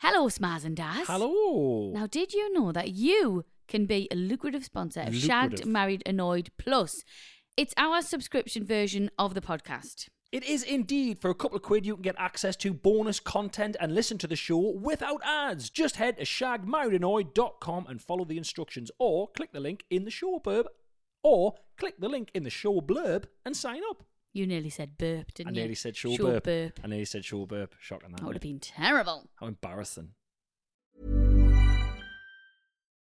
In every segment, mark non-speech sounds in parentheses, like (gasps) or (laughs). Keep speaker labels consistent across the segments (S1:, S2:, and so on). S1: Hello, Smaz and Daz.
S2: Hello.
S1: Now, did you know that you can be a lucrative sponsor of Shagged,
S2: Lucrative.
S1: Married, Annoyed Plus? It's our subscription version of the podcast.
S2: It is indeed. For a couple of quid, you can get access to bonus content and listen to the show without ads. Just head to shagmarriedanoy.com and follow the instructions, or click the link in the show blurb, or click the link in the show blurb and sign up.
S1: You nearly said burp, didn't
S2: I
S1: you?
S2: nearly said show,
S1: Sure
S2: burp. I nearly said show burp. Shocking that.
S1: That would have been terrible.
S2: How embarrassing.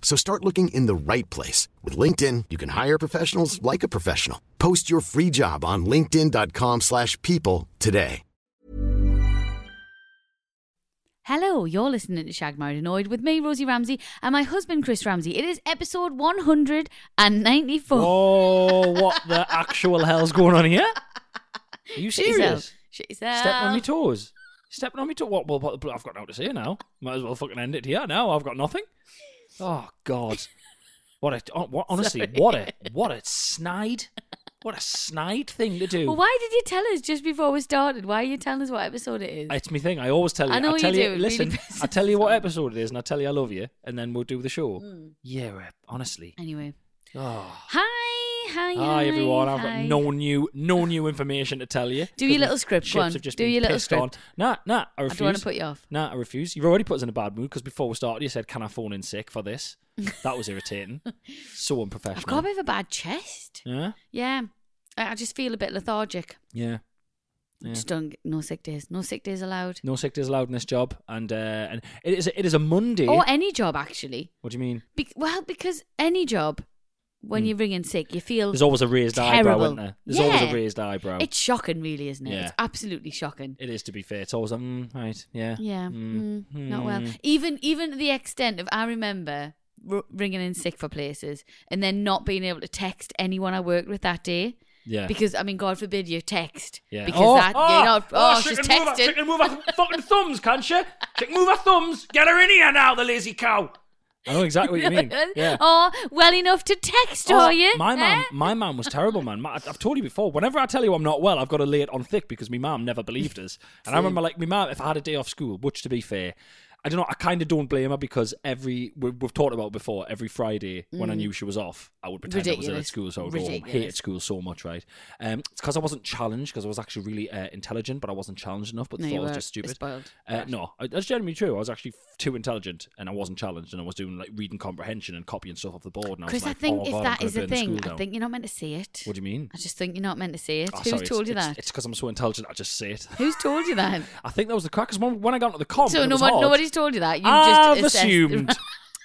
S3: So start looking in the right place. With LinkedIn, you can hire professionals like a professional. Post your free job on linkedin.com/people slash people today.
S1: Hello, you're listening to Shag Married Annoyed with me, Rosie Ramsey, and my husband, Chris Ramsey. It is episode 194.
S2: Whoa, Oh, what the actual hell's going on here?
S1: (laughs)
S2: Are you
S1: Shit
S2: serious?
S1: yourself. Shit yourself.
S2: Stepping on my toes. Stepping on my toes. What, well, what, I've got nothing to say now. Might as well fucking end it here now. I've got nothing. Oh God. What a oh, what, honestly
S1: Sorry.
S2: what a what a snide what a snide thing to do.
S1: Well, why did you tell us just before we started? Why are you telling us what episode it is?
S2: It's me thing. I always tell you.
S1: I know you
S2: tell
S1: do,
S2: you.
S1: it really (laughs)
S2: listen,
S1: pisses
S2: I tell you what
S1: us
S2: episode it is, and I tell you I love you, and then we'll do the show.
S1: Hmm.
S2: Yeah, right, honestly.
S1: Anyway.
S2: Oh.
S1: Hi, hi,
S2: Hi everyone. I've
S1: hi.
S2: got no new, no new information to tell you.
S1: Do your
S2: 'cause
S1: little
S2: the
S1: script, go
S2: ships
S1: on.
S2: have just
S1: Do
S2: been
S1: your little
S2: pissed on.
S1: script.
S2: Nah, nah. I
S1: I
S2: refuse.
S1: don't want to put you off.
S2: Nah, I refuse. You've already put us in a bad mood because before we started, you said, "Can I phone in sick for this?" That
S1: (laughs)
S2: was irritating. so
S1: I've got a
S2: unprofessional.
S1: bit of a bad chest.
S2: yeah,
S1: Yeah. I I just feel a bit lethargic.
S2: yeah, yeah.
S1: Just don't. No sick days. No sick days allowed.
S2: No sick days allowed in this job, and uh, and it is it is a Monday.
S1: Or any job, actually.
S2: what do you mean?
S1: Be- well, because any job, when
S2: Hmm.
S1: you ring in sick, you feel
S2: There's always a raised eyebrow,
S1: terrible.
S2: isn't there? There's always
S1: Yeah.
S2: a raised eyebrow.
S1: It's shocking, really, isn't it?
S2: Yeah.
S1: It's absolutely shocking.
S2: It is to be fair. It's always like, mm, right, yeah,
S1: Yeah,
S2: mm,
S1: mm, not well.
S2: mm.
S1: Even even to the extent of I remember r- ringing in sick for places and then not being able to text anyone I worked with that day
S2: Yeah,
S1: because I mean, God forbid you text
S2: Yeah.
S1: because that you're not. Oh, she's
S2: can move her- she
S1: texting.
S2: can move
S1: (laughs)
S2: her fucking thumbs, can't she? She can move her thumbs. Get her in here now, the lazy cow. I know exactly what you mean.
S1: (laughs)
S2: Yeah.
S1: Oh, well enough to text,
S2: Oh,
S1: are you?
S2: My mum,
S1: Eh?
S2: my mum was terrible, man. My, I've told you before. Whenever I tell you I'm not well, I've got to lay it on thick because my mum never believed us. And I remember, like, my mum, if I had a day off school, which to be fair, I don't know, I kind of don't blame her because every we, we've talked about before. Every Friday when I knew she was off, I would pretend I was ill
S1: Mm.
S2: at
S1: Ridiculous.
S2: school, so I would go home.
S1: Ridiculous.
S2: Hated school so much, right? Um, it's because I wasn't challenged because I was actually really uh, intelligent, but I wasn't challenged enough. But
S1: No,
S2: thought
S1: you
S2: I was
S1: were
S2: just stupid.
S1: spoiled.
S2: Uh, no, I- that's genuinely true. I was actually f- too intelligent, and I wasn't challenged, and I was doing like reading comprehension and copying stuff off the board. And I was
S1: Chris,
S2: like,
S1: I think
S2: oh,
S1: if
S2: God,
S1: that
S2: I'm
S1: is
S2: gonna
S1: a
S2: burn
S1: thing,
S2: school
S1: I
S2: down.
S1: think you're not meant to say it.
S2: What do you mean?
S1: I just think you're not meant to say it.
S2: Oh,
S1: Who's
S2: sorry, it's-
S1: told you
S2: it's-
S1: that?
S2: It's because I'm so intelligent. I just say it.
S1: Who's told you that?
S2: I think that was the crack. Because when, when I got into the comp,
S1: so
S2: and Oh, it
S1: no
S2: was
S1: one,
S2: hard,
S1: nobody's told you that. You
S2: I've
S1: just assessed-
S2: assumed.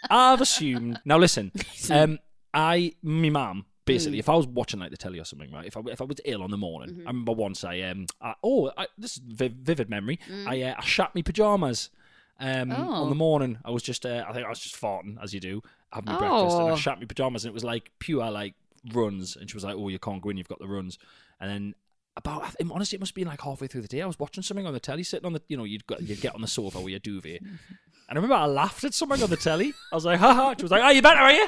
S2: I've assumed.
S1: (laughs)
S2: Now listen, um, I, me
S1: Mm.
S2: mum, basically, if I was watching like the telly or something, right? If I if I was ill on the morning,
S1: Mm-hmm.
S2: I remember once I um, I, oh, I, this is vi- vivid memory. I uh, I shat me pajamas. Um,
S1: Mm. Oh.
S2: On the morning, I was just, uh, I think I was just farting as you do, having my breakfast, and I
S1: Oh.
S2: shat me pajamas, and it was like pure like runs, and she was like, "Oh, you can't go in, you've got the runs," and then about I think- honestly, it must have been like halfway through the day. I was watching something on the telly, sitting on the, you know, you'd got you'd get on the sofa with your duvet, and I remember I laughed at something on the telly. I was like, "Ha ha!" She was like, "Oh, you better are you?"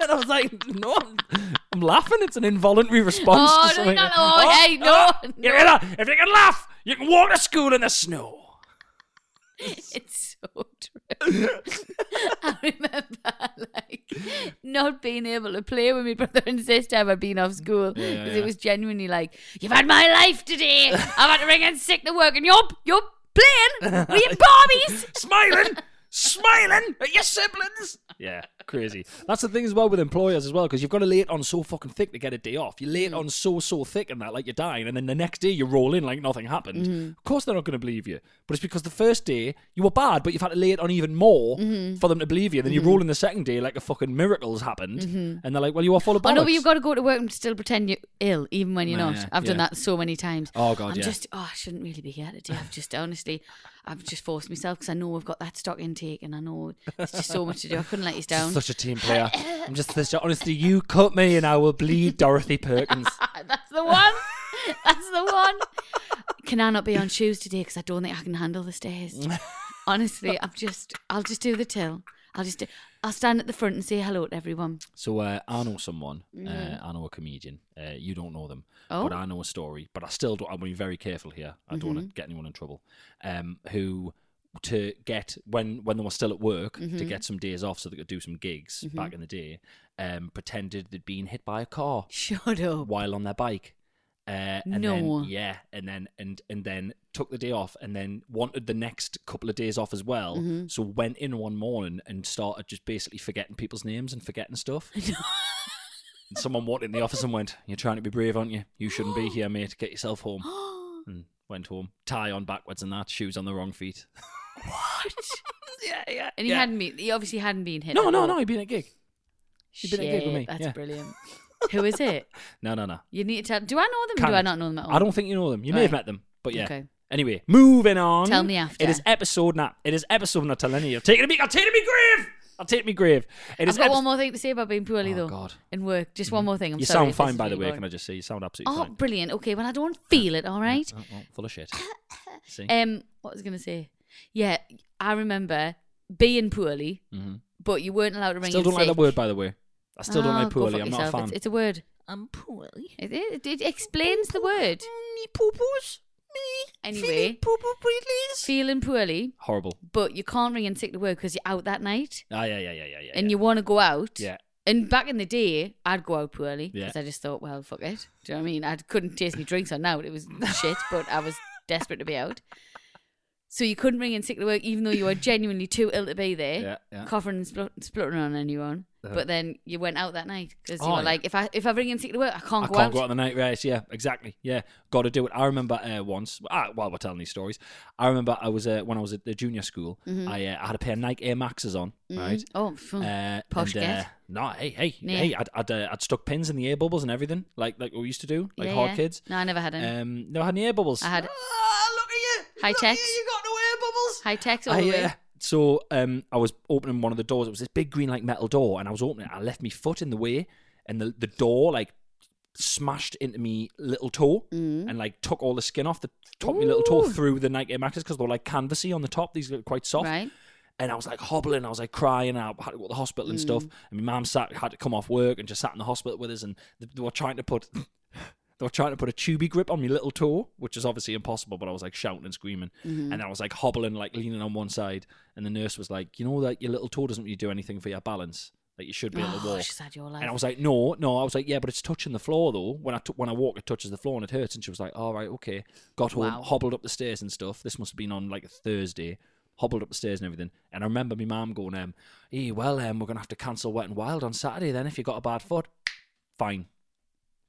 S2: And I was like, "No, I'm, I'm laughing. It's an involuntary response."
S1: Oh,
S2: to
S1: no,
S2: something. Ah,
S1: no, no. Hey, no,
S2: you better- if you can laugh, you can walk to school in the snow.
S1: (laughs) It's so true. (laughs) I remember like not being able to play with my brother and sister ever being off school because
S2: yeah.
S1: it was genuinely like, "You've had my life today.
S2: (laughs)
S1: I've had to ring in sick to work, and you're you're playing with your Barbies."
S2: smiling, smiling at your siblings. Yeah, crazy. That's the thing as well with employers as well, because you've got to lay it on so fucking thick to get a day off. You lay
S1: Mm.
S2: it on so so thick and that, like you're dying, and then the next day you roll in like nothing happened.
S1: Mm-hmm.
S2: Of course they're not going to believe you, but it's because the first day you were bad, but you've had to lay it on even more
S1: Mm-hmm.
S2: for them to believe you. Then you roll in the second day like a fucking miracle's happened, and they're like, "Well, you are full of
S1: Oh
S2: bollocks."
S1: no, but you've got to go to work and still pretend you're ill, even when you're
S2: Yeah,
S1: not. I've done
S2: yeah.
S1: that so many times.
S2: Oh, God,
S1: I'm
S2: yeah.
S1: just oh, I shouldn't really be here today. I've just honestly, I've just forced myself because I know we've got that stock intake, and I know it's just so much to do. I couldn't let you down.
S2: Such a
S1: (laughs)
S2: team player. I'm just such a, honestly, you cut me and I will bleed Dorothy Perkins.
S1: (laughs) That's the one. That's the one. Can I not be (laughs) on shoes today? Because I don't think I can handle the stairs. Honestly, I'm just. I'll just do the till. I'll just. Do, I'll stand at the front and say hello to everyone.
S2: So uh, I know someone. Uh, I know a comedian. Uh, you don't know them,
S1: Oh.
S2: but I know a story. But I still don't. I'm being very careful here. I don't want to get anyone in trouble. Um, who to get when when they were still at work to get some days off so they could do some gigs back in the day. Um, pretended they'd been hit by a car
S1: Shut (laughs) up.
S2: while on their bike. Uh, and
S1: No.
S2: Then, yeah, and then and and then took the day off, and then wanted the next couple of days off as well. So went in one morning and started just basically forgetting people's names and forgetting stuff. and someone walked in the office and went, "You're trying to be brave, aren't you? You shouldn't be here, mate. Get yourself home." and went home, tie on backwards and that, shoes on the wrong feet. yeah, yeah.
S1: And he
S2: yeah.
S1: hadn't been. He obviously hadn't been hit.
S2: No,
S1: at
S2: no,
S1: all.
S2: no. He'd been at a gig. You've been at a gig with
S1: Shit,
S2: me,
S1: That's (laughs)
S2: yeah.
S1: brilliant. Who is it?
S2: No, no, no.
S1: You need to tell. Do I know them? or
S2: Can't.
S1: Do I not know them at all?
S2: I don't think you know them. You may have
S1: Right.
S2: met them, but yeah.
S1: Okay.
S2: Anyway, moving on.
S1: Tell me after.
S2: It is episode not. It is episode not telling you. Take it to me. I'll take it to me grave. I'll take it to me grave. It
S1: I've
S2: is
S1: got
S2: epi-
S1: one more thing to say about being poorly
S2: Oh,
S1: though.
S2: God.
S1: In work, just one more thing. I'm
S2: you
S1: sorry
S2: sound
S1: if this
S2: fine,
S1: is
S2: by the
S1: really
S2: way.
S1: boring.
S2: Can I just say you sound absolutely
S1: Oh, Uh,
S2: fine?
S1: brilliant. Okay, well I don't feel it. All right.
S2: Oh, oh, full of shit. See.
S1: Um, what was I gonna say? Yeah, I remember being poorly, but you weren't allowed to ring.
S2: Mm-hmm. Still
S1: in
S2: don't like
S1: sick.
S2: that word, by the way. I still don't
S1: Oh,
S2: like
S1: go
S2: poorly.
S1: fuck
S2: I'm not a
S1: yourself.
S2: fan.
S1: It's, it's a word.
S2: I'm poorly.
S1: It, it, it explains the word.
S2: Me poo-poos. Me.
S1: Anyway.
S2: poo-poo, please.
S1: Feeling poorly,
S2: Horrible.
S1: but you can't ring in sick to work because you're out that night
S2: Ah, yeah, yeah, yeah, yeah, yeah.
S1: and
S2: yeah.
S1: you want to go out.
S2: Yeah.
S1: And back in the day, I'd go out poorly
S2: Yeah.
S1: because I just thought, well, fuck it. Do you know what I mean? I couldn't taste my drinks on out. It was shit, but I was desperate to be out. So you couldn't ring in sick to work, even though you were genuinely too ill to be there,
S2: Yeah, yeah.
S1: coughing and splut- spluttering on anyone.
S2: Uh-huh.
S1: But then you went out that night because you
S2: Oh,
S1: were
S2: yeah.
S1: like, if I if I ring in sick to work, I can't,
S2: I
S1: go,
S2: can't
S1: out.
S2: go out on the night race. Yeah, exactly. Yeah, got to do it. I remember uh, once uh, while we're telling these stories, I remember I was uh, when I was at the junior school.
S1: Mm-hmm.
S2: I, uh, I had a pair of Nike Air Maxes on, right?
S1: Oh, phew.
S2: Uh,
S1: posh
S2: and, uh,
S1: get.
S2: no, hey, hey,
S1: Yeah.
S2: hey! I'd I'd, uh, I'd stuck pins in the air bubbles and everything, like like we used to do, like
S1: Yeah,
S2: hard
S1: yeah.
S2: kids.
S1: No, I never had any.
S2: Um, no, I had any air bubbles.
S1: I had-
S2: Ah, look at you!
S1: High
S2: Look at you,
S1: techs.
S2: You got no air bubbles.
S1: High techs all the
S2: I, uh,
S1: way.
S2: so um, I was opening one of the doors. It was this big green like metal door, and I was opening it. I left my foot in the way, and the the door like smashed into me little toe and like took all the skin off the top of my little toe
S1: Mm. Ooh.
S2: through the Nike Air Maxes because they're like canvasy on the top. These are quite soft.
S1: Right.
S2: And I was like hobbling, I was like crying, and I had to go to the hospital and stuff. And my mum sat had to come off work and just sat in the hospital with us, and th- they were trying to put (laughs) they were trying to put a tubey grip on my little toe, which is obviously impossible. But I was like shouting and screaming, and I was like hobbling, like leaning on one side. And the nurse was like, "You know, like your little toe doesn't really do anything for your balance. Like you should be able to
S1: Oh,
S2: walk."
S1: she's had your life.
S2: And I was like, no, no. I was like, yeah, but it's touching the floor though. When I t- when I walk, it touches the floor and it hurts. And she was like, all right, okay. Got home,
S1: Wow.
S2: hobbled up the stairs and stuff. This must have been on like a Thursday. Hobbled up the stairs and everything. And I remember my mum going, um, hey, well, um, we're gonna have to cancel Wet and Wild on Saturday then if you got a bad foot. Fine,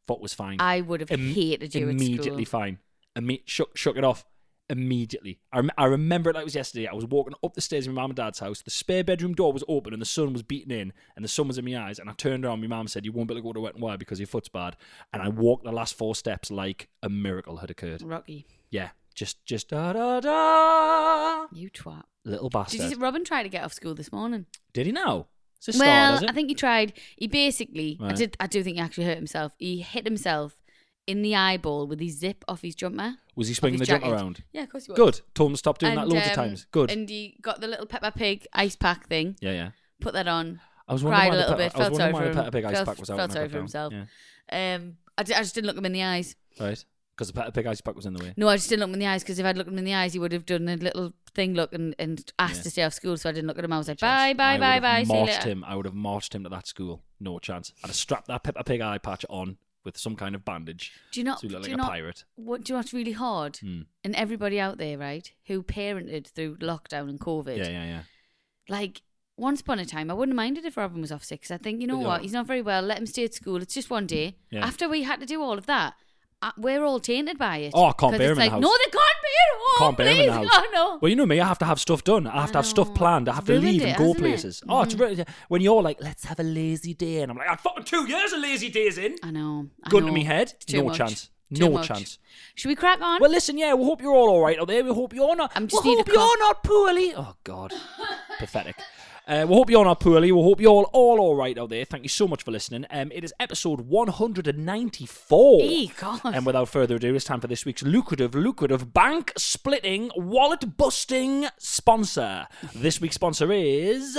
S2: foot was fine.
S1: I would have
S2: Im-
S1: hated you
S2: immediately
S1: At school.
S2: fine. Imme- shook shook it off immediately. I, rem- I remember it like it was yesterday. I was walking up the stairs in my mum and dad's house. The spare bedroom door was open and the sun was beating in and the sun was in my eyes. And I turned around. My mum said, "You won't be able to go to wet and wild because your foot's bad." And I walked the last four steps like a miracle had occurred.
S1: Rocky,
S2: Yeah, just just da da da.
S1: you twat.
S2: Little
S1: Did
S2: bastard.
S1: you
S2: Did,
S1: see Robin try to get off school this morning?
S2: he now? It's a star,
S1: Well,
S2: is it?
S1: I think he tried. He basically, I
S2: Right.
S1: did. I do think he actually hurt himself. He hit himself in the eyeball with his zip off his jumper.
S2: was he swinging
S1: off
S2: the
S1: his
S2: jump
S1: jacket.
S2: around?
S1: Yeah, of course he was.
S2: Good. Told him to stop doing that
S1: And,
S2: loads of
S1: um,
S2: times. Good.
S1: And he got the little Peppa Pig ice pack thing.
S2: yeah, yeah.
S1: Put that on.
S2: I was wondering
S1: cried
S2: why
S1: a
S2: the
S1: little
S2: Peppa-
S1: bit.
S2: I was
S1: Felt
S2: wondering
S1: sorry
S2: why
S1: for
S2: the
S1: him.
S2: Peppa Pig ice
S1: Felt-
S2: pack was out.
S1: Felt
S2: when I
S1: sorry
S2: got
S1: for
S2: down.
S1: himself.
S2: Yeah.
S1: Um, I, d- I just didn't look him in the eyes.
S2: Right. Because the Peppa Pig ice pack was in the way.
S1: No, I just didn't look him in the eyes because if I'd looked him in the eyes, he would have done a little thing look and, and asked
S2: Yeah.
S1: to stay off school. So I didn't look at him. I was like, bye,
S2: chance.
S1: bye,
S2: I
S1: bye,
S2: would
S1: bye.
S2: have
S1: See you
S2: marched
S1: later.
S2: him. I would have marched him to that school. No chance. I'd have strapped that Peppa Pig eye patch on with some kind of bandage.
S1: Do you not?
S2: So he looked
S1: do you
S2: like a
S1: not,
S2: pirate. Hmm.
S1: What do you know? It's really hard. And everybody out there, right, who parented through lockdown and COVID,
S2: Yeah, yeah, yeah.
S1: Like once upon a time, I wouldn't mind it if Robin was off sick. 'cause I think you know
S2: Yeah.
S1: what, he's not very well. Let him stay at school. It's just one day.
S2: Yeah.
S1: After we had to do all of that, I, we're all tainted by it.
S2: Oh, I
S1: 'Cause
S2: can't
S1: it's
S2: bear him in the
S1: like,
S2: house.
S1: No, they can't bear him. Oh,
S2: Can't bear him in
S1: please, (laughs)
S2: the house.
S1: God, no.
S2: Well, you know me. I have to have stuff done. I have to have
S1: know.
S2: stuff planned. I
S1: It's
S2: have to
S1: ruined
S2: leave
S1: it,
S2: and go
S1: hasn't it?
S2: places. Oh, it's
S1: Mhm.
S2: really, when you're like, let's have a lazy day, and I'm like, I'm fucking two years of lazy days in.
S1: I know. I
S2: Gun to
S1: know.
S2: me head.
S1: It's too
S2: No
S1: much.
S2: chance.
S1: Too
S2: No
S1: much.
S2: chance.
S1: Should we crack on? (laughs)
S2: Well, listen, yeah, we hope you're all all right out there. We hope you're not.
S1: I'm just
S2: we
S1: need a
S2: hope you're
S1: cough.
S2: not poorly. Oh God, (laughs) pathetic. Uh, we hope you're not poorly. We hope you're all all all right out there. Thank you so much for listening. Um, it is episode 194.
S1: Eh, God.
S2: And without further ado, it's time for this week's lucrative, lucrative bank splitting, wallet busting sponsor. This week's sponsor is.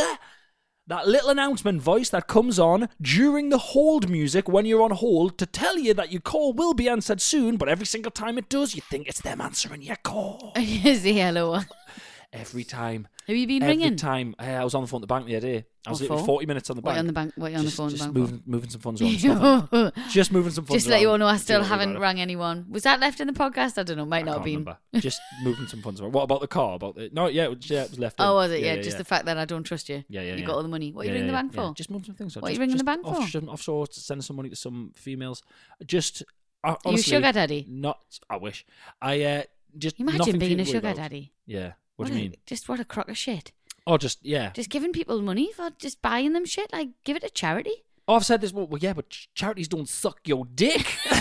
S2: That little announcement voice that comes on during the hold music when you're on hold to tell you that your call will be answered soon, but every single time it does, you think it's them answering your call.
S1: Here's the hello (laughs) one.
S2: Every time.
S1: Have you been
S2: every
S1: ringing?
S2: time. Eh, I was on the phone at the bank the other day. I was
S1: What
S2: literally
S1: for?
S2: 40 minutes on the
S1: What,
S2: bank.
S1: on the bank- what, on the
S2: just,
S1: phone
S2: Just
S1: bank for?
S2: moving, moving some phones on.
S1: (laughs)
S2: It's nothing. just moving some phones
S1: Just to let you all
S2: around.
S1: know, I
S2: Don't
S1: still
S2: worry about
S1: haven't
S2: it.
S1: rang anyone. Was that left in the podcast? I don't know. Might
S2: I
S1: not
S2: can't
S1: have been.
S2: remember. just moving some funds around. What about the car? About the... No, yeah, it was- yeah, it was left.
S1: Oh,
S2: in.
S1: was it? Yeah, just
S2: yeah.
S1: the fact that I don't trust you.
S2: Yeah, yeah,
S1: You
S2: yeah.
S1: got all the money. What are you
S2: Yeah,
S1: ringing
S2: yeah,
S1: the bank
S2: yeah.
S1: for?
S2: Just moving some things.
S1: What are you
S2: Just-
S1: ringing
S2: just
S1: the bank for?
S2: Offshore, offshore to send some money to some females. Just uh,
S1: You
S2: honestly,
S1: sugar daddy?
S2: Not. I wish. I uh, just nothing
S1: Imagine
S2: for you
S1: being
S2: to
S1: a
S2: worry
S1: sugar
S2: about.
S1: daddy.
S2: Yeah. What, do you
S1: a-
S2: mean?
S1: just what a crock of shit.
S2: Oh, just yeah.
S1: Just giving people money for just buying them shit. Like, give it to
S2: (laughs)
S1: charity.
S2: oh, I've said this. Well, well, yeah, but ch- charities don't suck your dick. (laughs)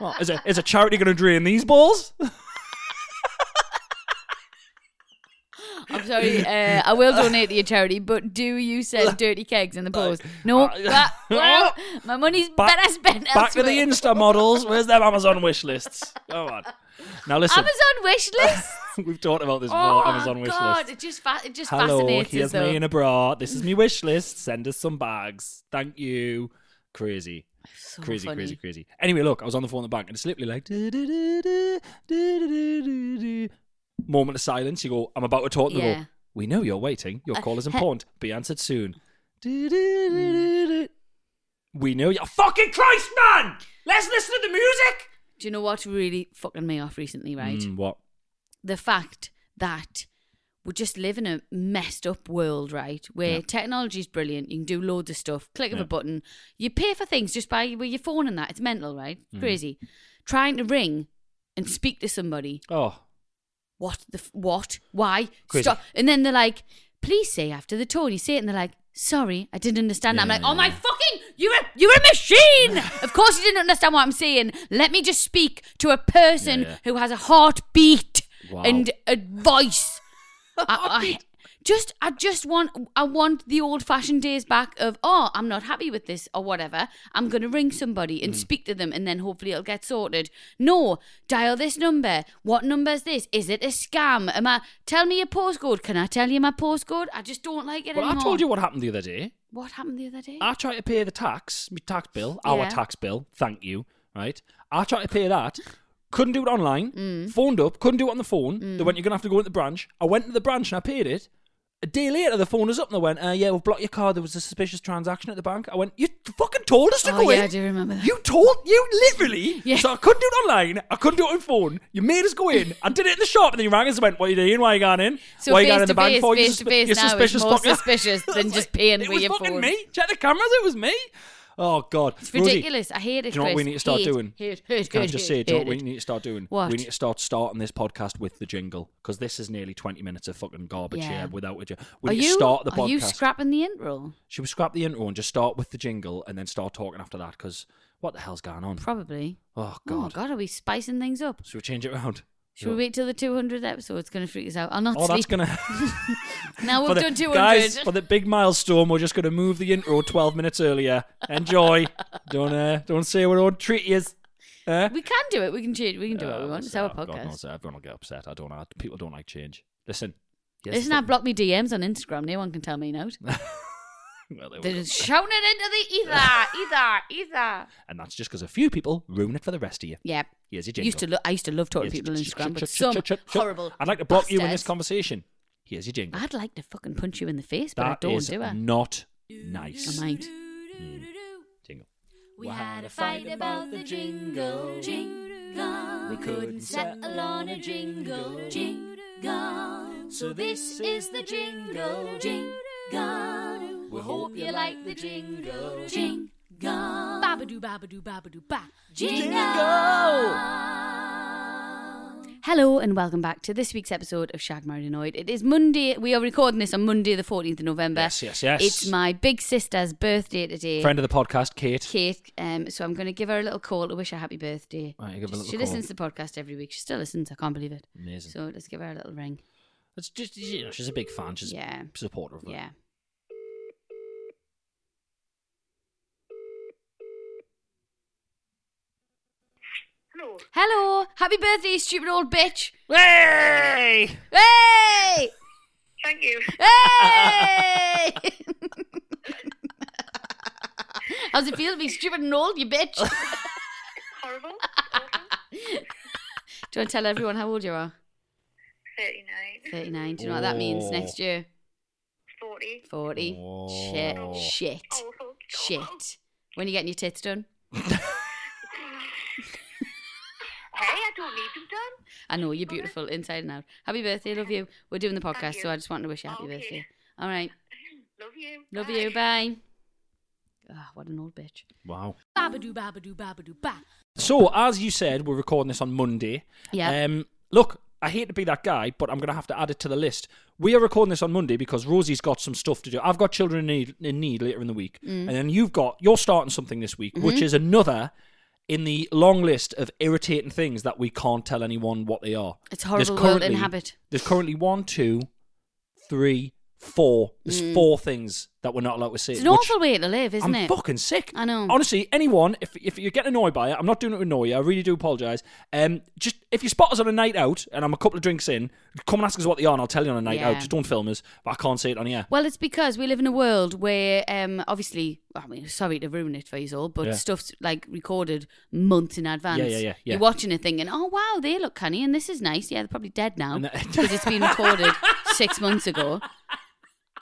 S2: well, is a is a charity going to drain these balls?
S1: (laughs) I'm sorry. Uh, I will donate to your charity, but do you
S2: (laughs)
S1: send dirty kegs in the post? No.
S2: Uh,
S1: That- well, (laughs) my money's
S2: Back-
S1: better spent
S2: Back to the
S1: elsewhere.
S2: Insta models. Where's their Amazon wish lists?
S1: (laughs)
S2: Come on. Now listen,
S1: Amazon wish list.
S2: (laughs) we've talked about this
S1: oh
S2: before. Amazon
S1: my
S2: wish
S1: god!
S2: lists.
S1: It just fa- it just
S2: Hello,
S1: fascinates us
S2: here's
S1: though.
S2: me in a bra. This is my wish list. Send us some bags. Thank you. Crazy.
S1: So
S2: crazy,
S1: funny.
S2: crazy, crazy. Anyway, look, I was on the phone at the bank and it's literally like "Du- du- du- du- du- du- du- du- du." moment of silence. You go, I'm about to talk. And they
S1: Yeah.
S2: go, we know you're waiting. Your call is
S1: he- Mm.
S2: important. Be answered soon. Du- du- du- du- du. We know you're fucking Christ, man. Let's listen to the music.
S1: Do you know what's really fucking me off recently? Right,
S2: Mm, what?
S1: the fact that we just live in a messed up world, right? Where
S2: Yeah.
S1: technology is brilliant. You can do loads of stuff. Click of
S2: Yeah.
S1: a button. You pay for things just by with your phone and that. It's mental, right?
S2: Hmm.
S1: Crazy. Trying to ring and speak to somebody.
S2: Oh,
S1: What the f- what? Why?
S2: Crazy.
S1: Stop. And then they're like, please say after the tone. You say it, and they're like, sorry, I didn't understand. that." I'm
S2: Yeah,
S1: like,
S2: yeah,
S1: oh my
S2: yeah.
S1: fucking, you're a you're a
S2: (laughs)
S1: machine. of course you didn't understand what I'm saying. Let me just speak to a person
S2: Yeah, yeah.
S1: who has a heartbeat
S2: Wow.
S1: and a voice. I- I, just I just want I want the old fashioned days back of oh I'm not happy with this or whatever I'm gonna ring somebody
S2: Mm.
S1: and speak to them and then hopefully it'll get sorted. No, dial this number. What number is this? Is it a scam? Am I? Tell me your postcode. Can I tell you my postcode? I just don't like it
S2: well,
S1: anymore.
S2: I told you what happened the other day.
S1: what happened the other day.
S2: I try to pay the tax, my tax bill, our
S1: Yeah.
S2: tax bill. Thank you. Right. I try to pay that. Couldn't do it online.
S1: Mm.
S2: Phoned up. Couldn't do it on the phone. They went, "You're gonna have to go into the branch." I went to the branch and I paid it. A day later, the phone was up and they went, uh, "Yeah, we'll block your card. There was a suspicious transaction at the bank." I went, "You fucking told us to
S1: Oh,
S2: go
S1: yeah,
S2: in."
S1: I do remember that.
S2: You told you literally.
S1: Yeah.
S2: So I couldn't do it online. I couldn't do it on phone. You made us go in. I did it in the shop, and then you rang us and went, "What are you doing? Why are you going in?
S1: So
S2: Why are you
S1: face
S2: going in
S1: to
S2: the bank
S1: face,
S2: for?
S1: face to face
S2: you're
S1: now is
S2: suspicious
S1: more
S2: (laughs) fucker."
S1: suspicious
S2: I
S1: than
S2: was
S1: just paying
S2: it
S1: with
S2: was
S1: your
S2: fucking
S1: phone."
S2: me. Check the cameras. It was me. Oh god,
S1: it's ridiculous. I hate it.
S2: do you know what we
S1: Chris.
S2: need to start
S1: Hate,
S2: doing?
S1: Hate, hate,
S2: Can I
S1: hate,
S2: just say,
S1: hate,
S2: do you know what we
S1: hate it.
S2: need to start doing?
S1: What?
S2: We need to start starting this podcast with the jingle because this is nearly 20 minutes of fucking garbage
S1: Yeah.
S2: yeah. without a jingle. We
S1: are
S2: need
S1: you
S2: to start the podcast.
S1: are you scrapping the intro?
S2: Should we scrap the intro and just start with the jingle and then start talking after that? Because what the hell's going on?
S1: Probably.
S2: Oh,
S1: Oh my
S2: God.
S1: god, are we spicing things up?
S2: Should we change it
S1: (laughs)
S2: around?
S1: Should we wait till the 200th episode? It's going to freak us out. I'll not
S2: Oh, that's
S1: sleep. (laughs)
S2: going to.
S1: Now we've done 200.
S2: Guys, for the big milestone, we're just going to move the intro 12 minutes earlier.
S1: (laughs)
S2: Enjoy. don't uh, don't say we don't treat you. Eh?
S1: we can do it. We can change. We can do what
S2: Uh,
S1: we want. It's
S2: so
S1: our
S2: I've got-
S1: podcast.
S2: no, everyone will get upset. I don't. know. people don't like change. Listen. yes,
S1: Listen, I
S2: fucking-
S1: blocked me DMs on Instagram. No one can tell me now.
S2: (laughs) Well, there we
S1: They're
S2: go.
S1: just shouting it into the
S2: (laughs)
S1: ether, ether, ether.
S2: And that's just because a few people ruin it for the rest of you.
S1: Yeah.
S2: Here's your jingle.
S1: Used to lo- I used to love talking to
S2: Here's-
S1: people on
S2: shut- shut-
S1: Instagram, but
S2: shut-
S1: some
S2: shut- shut- shut.
S1: horrible.
S2: I'd like to block you in this
S1: bastards.
S2: conversation. Here's your jingle.
S1: I'd like to fucking punch you in the face, but I
S2: That
S1: Ah, don't
S2: is
S1: do it.
S2: not
S1: I
S2: nice.
S1: might.
S2: Hmm. Jingle.
S4: We had a fight about the jingle, jingle. We couldn't settle on a jingle, jingle. So this is the jingle, jingle. We hope you like the jingle, jingle.
S1: Babadoo, babadoo, babadoo, ba.
S4: Jingle.
S1: Hello and welcome back to this week's episode of Shag Married Annoyed. It is Monday. We are recording this on Monday, the 14th of November.
S2: Yes, yes, yes.
S1: It's my big sister's birthday today.
S2: Friend of the podcast, Kate.
S1: Kate. Um, so I'm going to give her a little call to wish her happy birthday.
S2: Right, you give her a little
S1: she
S2: call.
S1: listens to the podcast every week. She still listens. I can't believe it.
S2: Amazing.
S1: So let's give her a little ring.
S2: It's just you know, she's a big fan. She's
S1: Yeah.
S2: a supporter of it.
S1: Yeah.
S5: Hello.
S1: Hello. Happy birthday, you stupid old bitch.
S2: Hey!
S1: Hey!
S5: Thank you. (laughs)
S1: Hey!
S2: (laughs)
S1: How's it feel to be stupid and old, you bitch? Do
S5: Horrible.
S1: you want to tell everyone how old you are?
S5: 39.
S1: 39. Do you know what that means
S2: Oh.
S1: next year?
S5: 40.
S1: 40. Shit.
S2: Oh.
S1: Shit.
S5: Awful.
S1: Shit. When are you getting your tits done?
S5: Hey, I don't need them done.
S1: I know, you're beautiful inside and out. Happy birthday. Love you. We're doing the podcast,
S5: you.
S1: so I just want to wish you happy
S5: Okay.
S1: birthday. All right.
S5: Love you.
S1: Love
S5: Bye.
S1: you. Bye. Ah, what an old bitch.
S2: Wow.
S4: Babadoo, babadoo, babadoo, ba.
S2: So, as you said, we're recording this on Monday.
S1: Yeah.
S2: Um, look, I hate to be that guy, but I'm going to have to add it to the list. We are recording this on Monday because Rosie's got some stuff to do. I've got children in need, in need later in the week,
S1: Mm.
S2: and then you've got you're starting something this week, which
S1: Mm-hmm.
S2: is another in the long list of irritating things that we can't tell anyone what they are.
S1: It's a
S2: There's
S1: horrible world to
S2: currently-
S1: inhabit.
S2: There's currently one, two, three, four. There's four things that we're not allowed to say.
S1: Mm. It's an
S2: which-
S1: awful way to live, isn't
S2: I'm
S1: it?
S2: fucking sick.
S1: I know.
S2: Honestly, anyone, if if you get annoyed by it, I'm not doing it to annoy you. I really do apologise. Um, just if you spot us on a night out and I'm a couple of drinks in, come and ask us what they are, and I'll tell you on a night
S1: Yeah.
S2: out. Just don't film us, but I can't say it on here.
S1: Well, it's because we live in a world where, um, obviously, I mean, sorry to ruin it for you all, but
S2: Yeah.
S1: stuff's like recorded months in advance.
S2: Yeah, yeah, yeah, yeah.
S1: You're watching it thinking, oh, wow, they look canny and this is nice. Yeah, they're probably dead now (laughs)
S2: And that-
S1: because it's been recorded six months ago.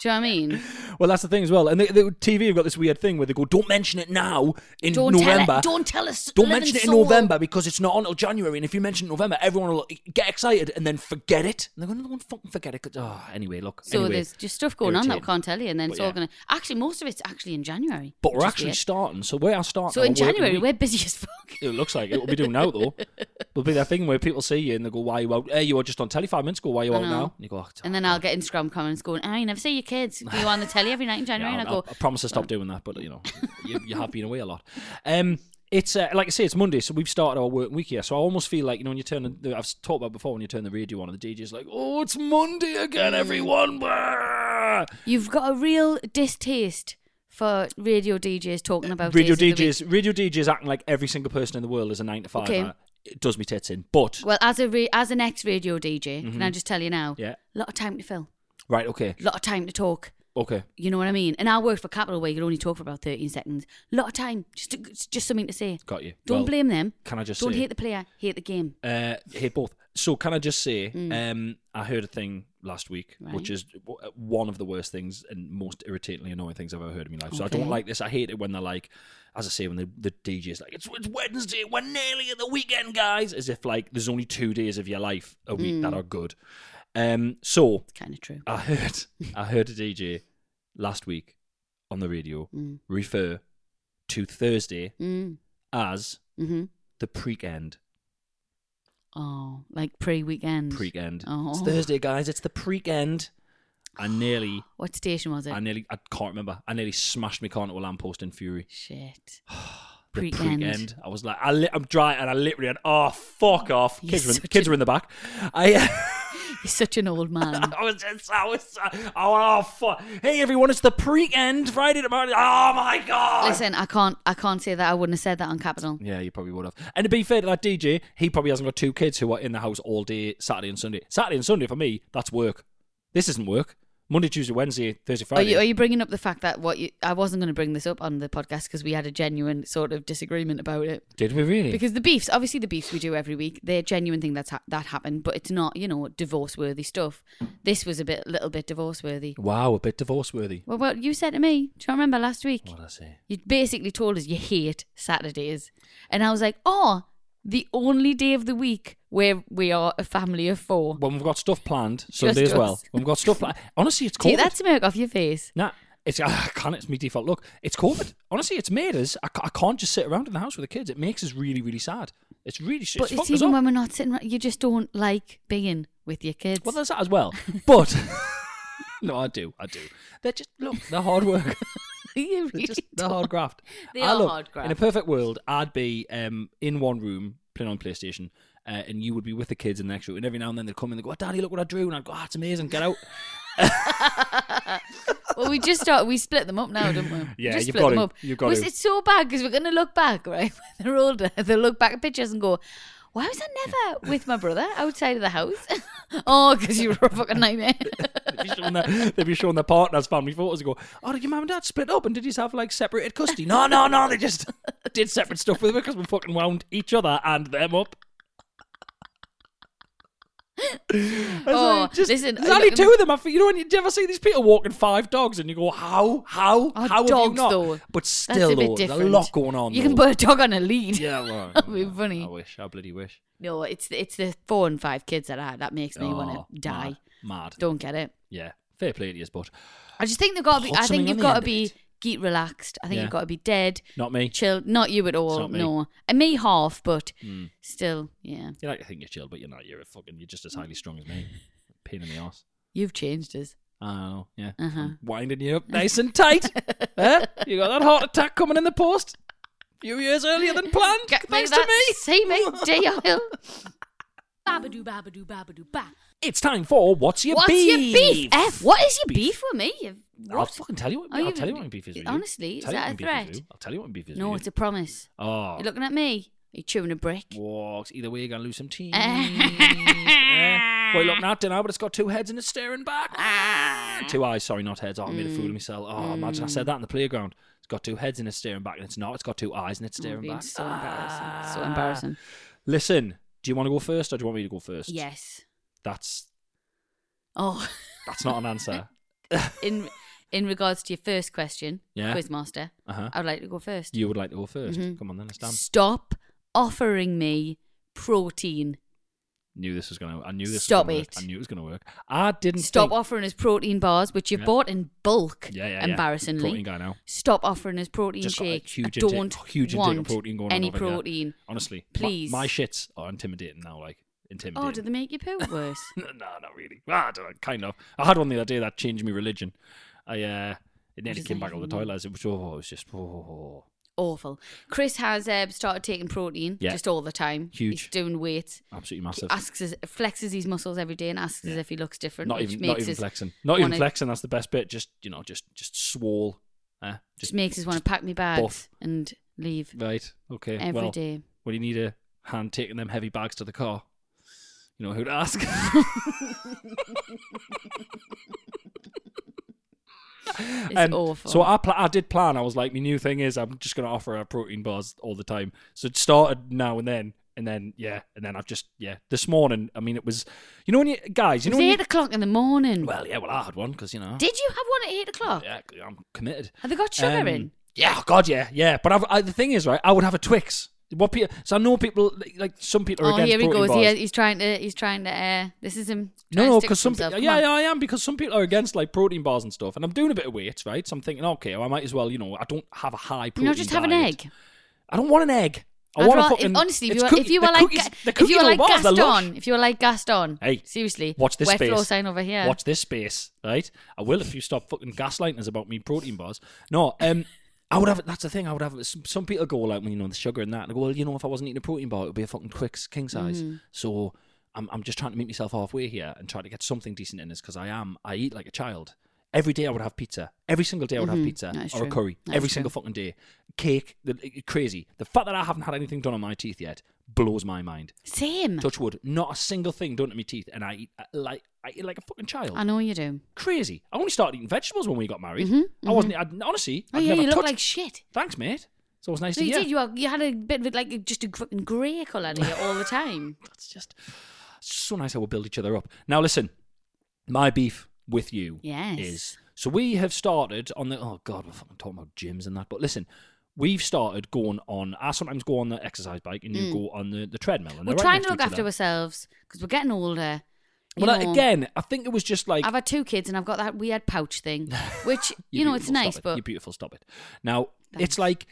S1: Do you know what I mean?
S2: Well, that's the thing as well. And the, the TV have got this weird thing where they go, "Don't mention it now in
S1: Don't
S2: November."
S1: tell it. Don't tell us.
S2: Don't
S1: living
S2: mention it in
S1: soul."
S2: November because it's not on until January. And if you mention it in November, everyone will get excited and then forget it. And they're going, "Don't fucking forget it." 'cause- Oh, anyway, look.
S1: So
S2: anyway.
S1: there's just stuff going on that we
S2: irritating.
S1: can't tell you, and then it's
S2: But
S1: all
S2: yeah.
S1: going to. Actually, most of it's actually in January.
S2: But
S1: which
S2: we're
S1: is
S2: actually
S1: weird.
S2: starting. So we are starting.
S1: So
S2: our
S1: in
S2: working
S1: January,
S2: week.
S1: we're busy as
S2: (laughs)
S1: fuck.
S2: It looks like it. What we do
S1: (laughs)
S2: now, though, will be that thing where people see you and they go, "Why you out? Hey, you were just on telly five minutes ago. Why you
S1: I
S2: out
S1: know.
S2: now?" And you go, oh,
S1: And then I'll get Instagram comments going, oh, you never see your
S2: (laughs)
S1: kids. You on the telly every night in
S2: yeah,
S1: January.
S2: I'll-
S1: and I go, "Oh."
S2: I'll- I promise to stop doing that." But
S1: (laughs)
S2: you know, you, you have been away a lot. Um, it's uh, like I say, it's Monday, so we've started our work week here. So I almost feel like you know when you turn. The, I've talked about before when you turn the radio on, and the DJ's like, "Oh, it's Monday again,
S1: Mm.
S2: everyone." Brrr."
S1: You've got a real distaste for radio DJs talking about
S2: Uh, Radio
S1: days of the
S2: DJs, radio DJs acting like every single person in the world is a nine to five.
S1: Okay.
S2: Uh, It does me tits in, but
S1: week. Well, as a re- as an ex radio DJ, can I just tell you now?
S2: Mm-hmm. Yeah.
S1: lot of time to fill,
S2: right, okay,
S1: lot of time to talk.
S2: okay.
S1: You know what I mean? And I worked for Capital where you could only talk for about thirteen seconds. lot of time, just to, just something to say.
S2: Got you.
S1: Don't
S2: Well,
S1: blame them.
S2: Can I just
S1: Don't
S2: say,
S1: hate the player, hate the game.
S2: Uh, hate both. So can I just say, um, I heard a thing last week, which
S1: Hmm. Right.
S2: is w- uh, one of the worst things and most irritatingly annoying things I've ever heard in my life. So I
S1: Okay.
S2: don't like this. I hate it when they're like, as I say, when the, the DJ's like, it's, it's Wednesday, we're nearly at the weekend, guys. As if like there's only two days of your life a week
S1: Hmm.
S2: that are good. Um, so
S1: It's kind of true.
S2: I
S1: (laughs)
S2: heard, I heard a DJ last week on the radio
S1: Mm.
S2: refer to Thursday
S1: Mm.
S2: as
S1: Mm-hmm.
S2: the pre-end.
S1: Oh, like pre weekend.
S2: Preek end.
S1: Oh.
S2: It's Thursday, guys. It's the preek end. I nearly,
S1: What station was it?
S2: I nearly, I can't remember. I nearly smashed my car into a lamppost in fury.
S1: Shit.
S2: (sighs) The
S1: Preek
S2: preek
S1: end.
S2: end. I was like, I li- I'm dry, and I literally went, oh fuck off.
S1: You're
S2: Kids, were in,
S1: such
S2: kids
S1: a-
S2: were in the back. I.
S1: (laughs)
S2: (laughs)
S1: You're such an old man.
S2: I was just, I was, I was, oh, fuck. Hey, everyone, it's the pre end Friday tomorrow. Oh, my God.
S1: Listen, I can't. I can't say that. I wouldn't have said that on Capital.
S2: Yeah, you probably would have. And to be fair to that DJ, he probably hasn't got two kids who are in the house all day Saturday and Sunday. Saturday and Sunday for me, that's work. This isn't work. Monday, Tuesday, Wednesday, Thursday,
S1: Are
S2: Friday.
S1: you, are you bringing up the fact that what you, I wasn't going to bring this up on the podcast because we had a genuine sort of disagreement about it
S2: Did we really?
S1: because the beefs obviously the beefs we do every week they're a genuine thing that's ha- that happened but it's not you know divorce worthy stuff this was a bit little bit divorce worthy
S2: wow, a bit divorce worthy.
S1: well what you said to me do you remember last week
S2: What did I say?
S1: you basically told us you hate Saturdays and I was like oh the only day of the week where we are a family of four.
S2: When we've got stuff planned, Sunday as well.
S1: us.
S2: When we've got stuff planned. Honestly, it's
S1: Take
S2: COVID.
S1: that smirk off your face.
S2: Nah, it's, (laughs) I can't, it's my default look. It's COVID. Honestly, it's made us, I, ca- I can't just sit around in the house with the kids. It makes us really, really sad. It's really, sh-
S1: But
S2: it's
S1: it's
S2: fucked us
S1: even
S2: up.
S1: when we're not sitting, right, you just don't like being with your kids.
S2: (laughs) Well, there's that
S1: (laughs)
S2: as well. But (laughs) no, I do, I do. They're just look, they're hard work.
S1: You
S2: They're
S1: really (laughs)
S2: just they're
S1: don't.
S2: hard graft.
S1: They
S2: I
S1: are
S2: look,
S1: hard graft.
S2: In a perfect world, I'd be um, in one room playing on PlayStation. Uh, and you would be with the kids in the next room, and every now and then they'd come in and go, oh, "Daddy, look what I drew!" And I'd go, "Ah, it's amazing! Get out!"
S1: Well, we just start. We split them up now, don't we? We
S2: Yeah,
S1: just
S2: you've
S1: split
S2: got
S1: them
S2: to.
S1: up.
S2: You've got
S1: Because
S2: to.
S1: It's so bad because we're going to look back, right? (laughs) When they're older, they'll look back at pictures and go, "Why was I never with my brother outside of the house?" (laughs) oh, because you were a fucking nightmare. (laughs)
S2: They'd be showing their, they'd be showing their partners family photos and go, "Oh, did your mum and dad split up? And did you have like separated custody?" no, no, no. They just (laughs) did separate stuff with it because we fucking wound each other and them up.
S1: oh,
S2: Just-
S1: listen,
S2: there's
S1: I
S2: only
S1: look-
S2: two of them. I think you know when you do you ever see these people walking five dogs, and you go, how, how,
S1: Oh,
S2: how have you
S1: dogs,
S2: not?
S1: though.
S2: But
S1: That's
S2: still,
S1: a bit
S2: though, there's a
S1: different.
S2: lot going on.
S1: You
S2: though.
S1: can put a dog on a lead. (laughs)
S2: yeah, well,
S1: That'd be funny.
S2: I wish. I bloody wish.
S1: No, it's the- it's the four and five kids that I had that makes me
S2: Oh,
S1: want to die.
S2: Mad. mad.
S1: Don't get it.
S2: Yeah. Fair play to you, but
S1: I just think they've got to be.
S2: Put
S1: I
S2: something
S1: think you've
S2: on the
S1: got to
S2: end of
S1: be
S2: it.
S1: geek relaxed. I think
S2: Yeah.
S1: you've got to be dead,
S2: not me.
S1: chill. Not you at all.
S2: not me. Hmm.
S1: No, and me half, but still, yeah.
S2: You like to think you're chill, but you're not. You're a fucking. You're just as highly strung as me. Pain in the ass.
S1: You've changed us.
S2: I know. Yeah.
S1: Uh huh.
S2: Winding you up nice and
S1: (laughs)
S2: tight. huh? You got that heart attack coming in the post. Few years earlier than planned. Thanks to
S4: (laughs)
S2: me.
S1: See me, deal.
S4: Babadoo, babadoo, babadoo, ba.
S2: It's time for what's your
S1: e- What's
S2: beef?
S1: your beef? F. What is your beef, with me? You-
S2: I'll
S1: What?
S2: fucking tell you what.
S1: Are
S2: I'll
S1: you-
S2: tell you what my beef is. With you.
S1: Honestly, is
S2: Tell you
S1: that
S2: what
S1: a
S2: my beef is
S1: threat?
S2: with you. I'll tell you what my beef is.
S1: No,
S2: with
S1: it's a promise.
S2: you. oh,
S1: You're looking at me. You're chewing a brick.
S2: walks. Either way, you're
S1: (laughs)
S2: gonna lose some teeth. yeah. Well, look, not dinner, but it's got two heads and it's staring back.
S1: Ah.
S2: two eyes, sorry, not heads. Oh, I made a fool
S1: Hmm.
S2: of myself. Oh, imagine I said that in the playground. It's got two heads and it's staring back, and it's not. It's got two eyes and it's
S1: Oh,
S2: staring
S1: being
S2: back. Ah.
S1: so embarrassing. So embarrassing.
S2: Listen, do you want to go first, or do you want me to go first?
S1: Yes.
S2: That's
S1: Oh, (laughs)
S2: that's not an answer.
S1: in in regards to your first question,
S2: Yeah.
S1: Quizmaster,
S2: Uh huh.
S1: I would like to go first.
S2: You would like to go 1st
S1: Mhm.
S2: Come on, then, it's Dan.
S1: Stop offering me protein.
S2: Knew this was gonna. I knew this.
S1: Stop
S2: was gonna
S1: it.
S2: Work. I knew it was gonna work. I didn't.
S1: Stop
S2: think-
S1: offering us protein bars, which you've
S2: Yeah.
S1: bought in bulk,
S2: Yeah, yeah, yeah.
S1: embarrassingly.
S2: Protein guy now.
S1: Stop offering us protein
S2: Just got a
S1: shakes.
S2: huge
S1: I
S2: intake-
S1: don't
S2: huge intake of
S1: want
S2: protein going on
S1: any
S2: over here.
S1: protein.
S2: Honestly, my-
S1: Please.
S2: My, shits are intimidating now. Like intimidating.
S1: Oh,
S2: (laughs)
S1: do they make you poo worse? (laughs)
S2: no, not really. Ah, I don't know, kind of. I had one the other day that changed my religion. I uh, it nearly
S1: does
S2: came
S1: that
S2: back out of
S1: even
S2: the
S1: mean?
S2: toilet. It was oh, it was just oh,
S1: Awful. Chris has uh, started taking protein
S2: Yeah.
S1: just all the time.
S2: Huge.
S1: He's doing weights.
S2: absolutely massive.
S1: Asks us, flexes his muscles every day and asks us if he looks different.
S2: Not
S1: which
S2: even,
S1: makes
S2: not even
S1: us
S2: flexing. Not even
S1: wanna-
S2: flexing. That's the best bit. Just you know, just just swole. Eh?
S1: Just makes us want to pack me bags
S2: buff.
S1: and leave
S2: Right. Okay.
S1: every day.
S2: well, (gasps) when you need a hand taking them heavy bags to the car, you know who
S1: (laughs)
S2: to ask.
S1: It's
S2: Um,
S1: awful.
S2: So I pla- I did plan. I was like, my new thing is I'm just going to offer her protein bars all the time. So it started now and then, and then yeah, and then I've just yeah. This morning, I mean, it was you know when you guys,
S1: it
S2: you know
S1: was
S2: when
S1: eight
S2: you,
S1: o'clock in the morning.
S2: well yeah, well I had one because you know
S1: Did you have one at eight o'clock?
S2: yeah, I'm committed.
S1: Have they got sugar
S2: Um,
S1: in?
S2: Yeah, oh God, yeah, yeah. But I've, I, the thing is, right, I would have a Twix. What people? So I know people like, like some people are
S1: Oh,
S2: against
S1: here he
S2: protein
S1: goes.
S2: bars.
S1: He, he's trying to. He's trying to. Uh, this is him.
S2: No,
S1: trying to
S2: no,
S1: stick
S2: because some
S1: to himself.
S2: people,
S1: Come
S2: yeah,
S1: on.
S2: yeah, I am because some people are against like protein bars and stuff, and I'm doing a bit of weight, right? So I'm thinking, okay, well, I might as well, you know, I don't have a high protein.
S1: No, just have an
S2: diet.
S1: egg.
S2: I don't want an egg. I
S1: I'd
S2: want a
S1: ra- if-
S2: fucking.
S1: honestly, if
S2: it's
S1: you, were,
S2: cookie-
S1: if you were
S2: the
S1: like,
S2: cookies,
S1: Ga-
S2: the
S1: if you
S2: cookie
S1: were like
S2: dough bars, they're lush.
S1: Gaston, if you were like Gaston,
S2: Hey,
S1: seriously,
S2: watch this
S1: wet
S2: space.
S1: floor sign over here.
S2: Watch this space, right? I will if you stop fucking gaslighting us about me protein bars. No, um, I would have. That's the thing. I would have. Some, some people go like, when you know, the sugar and that. And they go, well, you know, if I wasn't eating a protein bar, it would be a fucking Twix king size.
S1: Mm-hmm.
S2: So I'm, I'm just trying to meet myself halfway here and try to get something decent in this because I am. I eat like a child. Every day I would have pizza. Every single day I would have pizza
S1: Mm-hmm. That is
S2: or a
S1: true.
S2: curry.
S1: That
S2: Every
S1: is
S2: single fucking day. Cake. The, it- crazy. The fact that I haven't had anything done on my teeth yet blows my mind.
S1: Same.
S2: Touch wood. Not a single thing done to my teeth, and I eat uh, like I eat like a fucking child.
S1: I know you do.
S2: Crazy. I only started eating vegetables when we got married. I wasn't. I'd, honestly,
S1: Mm-hmm, Oh
S2: I'd
S1: yeah,
S2: never
S1: you
S2: touched.
S1: look like shit.
S2: Thanks, mate. It's always nice
S1: No,
S2: to
S1: you
S2: hear.
S1: did. You, are, you had a bit of it, like just a fucking grey colour to you all the
S2: (laughs)
S1: time.
S2: That's just it's just so nice how we build each other up. Now, listen, my beef with you
S1: Yes.
S2: is so we have started on the oh god, we're fucking talking about gyms and that. But listen, we've started going on. I sometimes go on the exercise bike, and you go on the, the treadmill.
S1: Mm.
S2: And
S1: We're
S2: they're right
S1: trying
S2: next
S1: to look
S2: each
S1: after
S2: other.
S1: ourselves because we're getting older. You
S2: Well, like,
S1: know,
S2: again, I think it was just like
S1: I've had two kids and I've got that weird pouch thing,
S2: (laughs)
S1: which you,
S2: You're
S1: know it's
S2: beautiful,
S1: nice,
S2: stop it.
S1: but
S2: you're beautiful. Stop it. Now
S1: Thanks.
S2: it's like,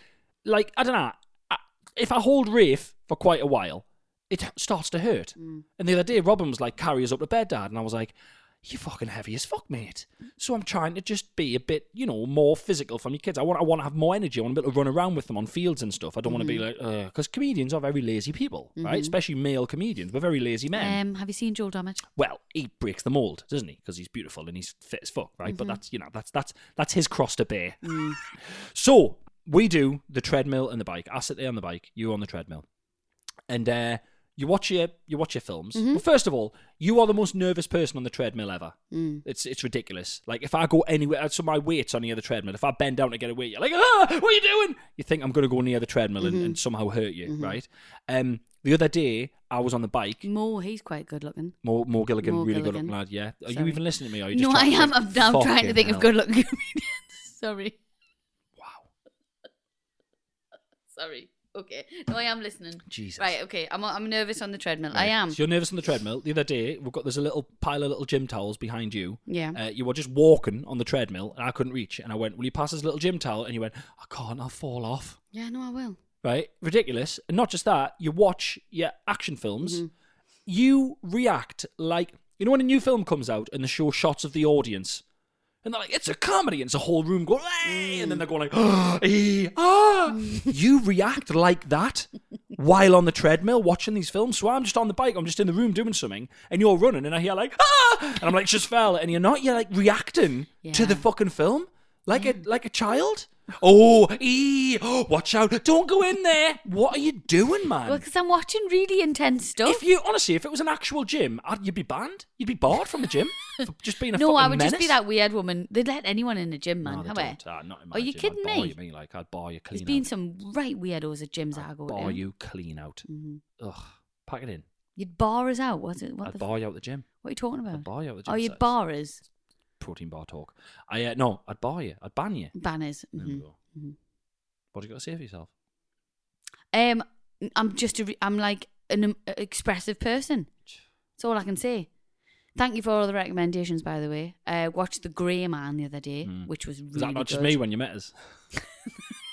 S2: like I don't know. I, if I hold Rafe for quite a while, it h- starts to hurt.
S1: Mm.
S2: And the other day, Robin was like, "Carry us up to bed, Dad," and I was like. You're fucking heavy as fuck, mate. So I'm trying to just be a bit, you know, more physical for my kids. I want, I want to have more energy. I want to be able to run around with them on fields and stuff. I don't want
S1: Mm.
S2: to be like, because comedians are very lazy people,
S1: Mm-hmm.
S2: right? Especially male comedians. We're very lazy men.
S1: um, have you seen Joel Dommett?
S2: Well, he breaks the mold, doesn't he? Because he's beautiful and he's fit as fuck, right? But that's you know that's that's that's his cross to bear. (sighs) so we do the treadmill and the bike. I sit there on the bike, you on the treadmill, and uh, you watch your you watch your films. Well, first of all, you are the most nervous person on the treadmill ever. It's it's ridiculous. Like if I go anywhere, so my weight's on the other treadmill. If I bend down to get away, you're like, ah, what are you doing? You think I'm going to go on the other treadmill and, and somehow hurt you, right? Um, the other day I was on the bike.
S1: More, he's quite good looking.
S2: More, more Gilligan,
S1: More
S2: really
S1: Gilligan.
S2: good looking lad. Yeah. Are you
S1: Sorry.
S2: even listening to me? Or are you just
S1: No, I
S2: trying
S1: am.
S2: to-
S1: I'm, I'm trying to
S2: Fucking
S1: think
S2: hell.
S1: of good looking (laughs) comedians. Sorry,
S2: Wow.
S1: (laughs) sorry. Okay, no, I am listening.
S2: Jesus.
S1: Right, okay. I'm I'm nervous on the treadmill. I
S2: Right.
S1: am.
S2: So you're nervous on the treadmill. The other day, we've got there's a little pile of little gym towels behind you.
S1: Yeah.
S2: Uh, you were just walking on the treadmill, and I couldn't reach. And I went, "Will you pass this little gym towel?" And you went, "I can't. I'll fall off."
S1: Yeah, no, I will.
S2: right? Ridiculous. And not just that, you watch your action films, you react like you know when a new film comes out and they show shots of the audience. And they're like, it's a comedy, and it's a whole room going, "Hey," and then they're going like, "Eh, ah. you react like that while on the treadmill watching these films. So I'm just on the bike, I'm just in the room doing something, and you're running, and I hear like, ah, and I'm like, just fell, and you're not, you're like reacting to the
S1: Yeah.
S2: fucking film like a like a child. Mm. Oh, ee, watch out! Don't go in there. What are you doing, man?
S1: Well, because I'm watching really intense stuff.
S2: Um, if you honestly, if it was an actual gym, I'd, you'd be banned. You'd be barred from the gym
S1: (laughs)
S2: for just being a
S1: no,
S2: fucking
S1: I would just
S2: menace.
S1: be that weird woman. They'd let anyone in the gym, man.
S2: No, they
S1: have
S2: don't.
S1: they?
S2: Ah, not in my
S1: Are you
S2: gym.
S1: kidding
S2: I'd bar
S1: me?
S2: You, mate. Like I'd bar you clean
S1: There's been
S2: out.
S1: some right weirdos at gyms that I go
S2: I'd bar
S1: to.
S2: you clean out. Ugh, pack it in.
S1: You'd bar us out, was it? Mm-hmm. What,
S2: I'd
S1: the f-
S2: bar you out the gym.
S1: what are you talking about?
S2: I'd bar you out the gym.
S1: oh, you'd
S2: size.
S1: bar us.
S2: protein bar talk. I uh, no, I'd bar you. I'd ban you.
S1: Banners.
S2: There
S1: hmm
S2: we go. What do you got to say for yourself?
S1: Um, I'm just a, re- I'm like an um, expressive person. That's all I can say. Thank you for all the recommendations, by the way. I watched The Grey Man the other day, which was really
S2: Was that not just
S1: good.
S2: me when you met us?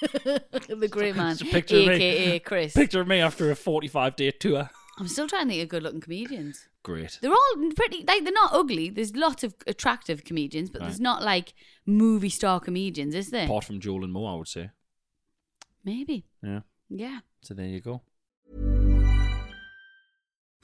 S1: the Grey Man,
S2: It's a picture of me.
S1: aka Chris.
S2: Picture of me after a 45 day tour.
S1: I'm still trying to think of good-looking comedians.
S2: Great.
S1: They're all pretty. Like they're not ugly. There's lots of attractive comedians, but there's
S2: Right.
S1: not like movie star comedians, is there?
S2: Apart from Joel and Mo, I would say.
S1: Maybe.
S2: Yeah.
S1: Yeah.
S2: So there you go.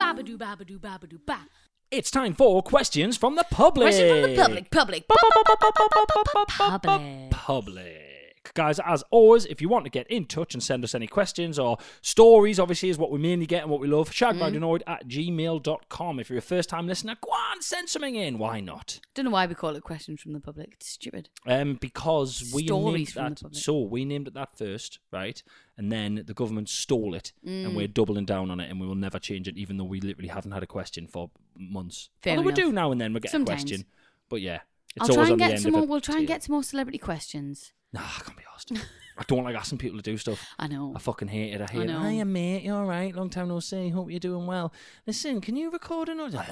S1: Babadoo, babadoo, babadoo, ba.
S2: It's time for questions from the public.
S1: Question from the public. Public. Public.
S2: Public. guys, as always, if you want to get in touch and send us any questions or stories, obviously, is what we mainly get and what we love. Shagbyadenoid at gmail.com. If you're a first time listener, go on, send something in. Why not?
S1: Don't know why we call it questions from the public. It's stupid.
S2: Um, because we
S1: Stories from the
S2: named that.
S1: public.
S2: So we named it that first, right? And then the government stole it, and
S1: Mm.
S2: we're doubling down on it, and we will never change it, even though we literally haven't had a question for months.
S1: Fair
S2: Although we
S1: enough.
S2: do now and then we get
S1: Sometimes.
S2: a question, but yeah, it's
S1: I'll try
S2: always on
S1: and
S2: the
S1: get
S2: end
S1: some
S2: of a
S1: more. We'll try and
S2: tail.
S1: get some more celebrity questions.
S2: (laughs) Nah, I can't be asked. I don't like asking people to do stuff.
S1: I know.
S2: I fucking hate it. I hate it.
S1: know.
S2: Hiya, mate. You all right? Long time no see. Hope you're doing well. Listen, can you record an audio?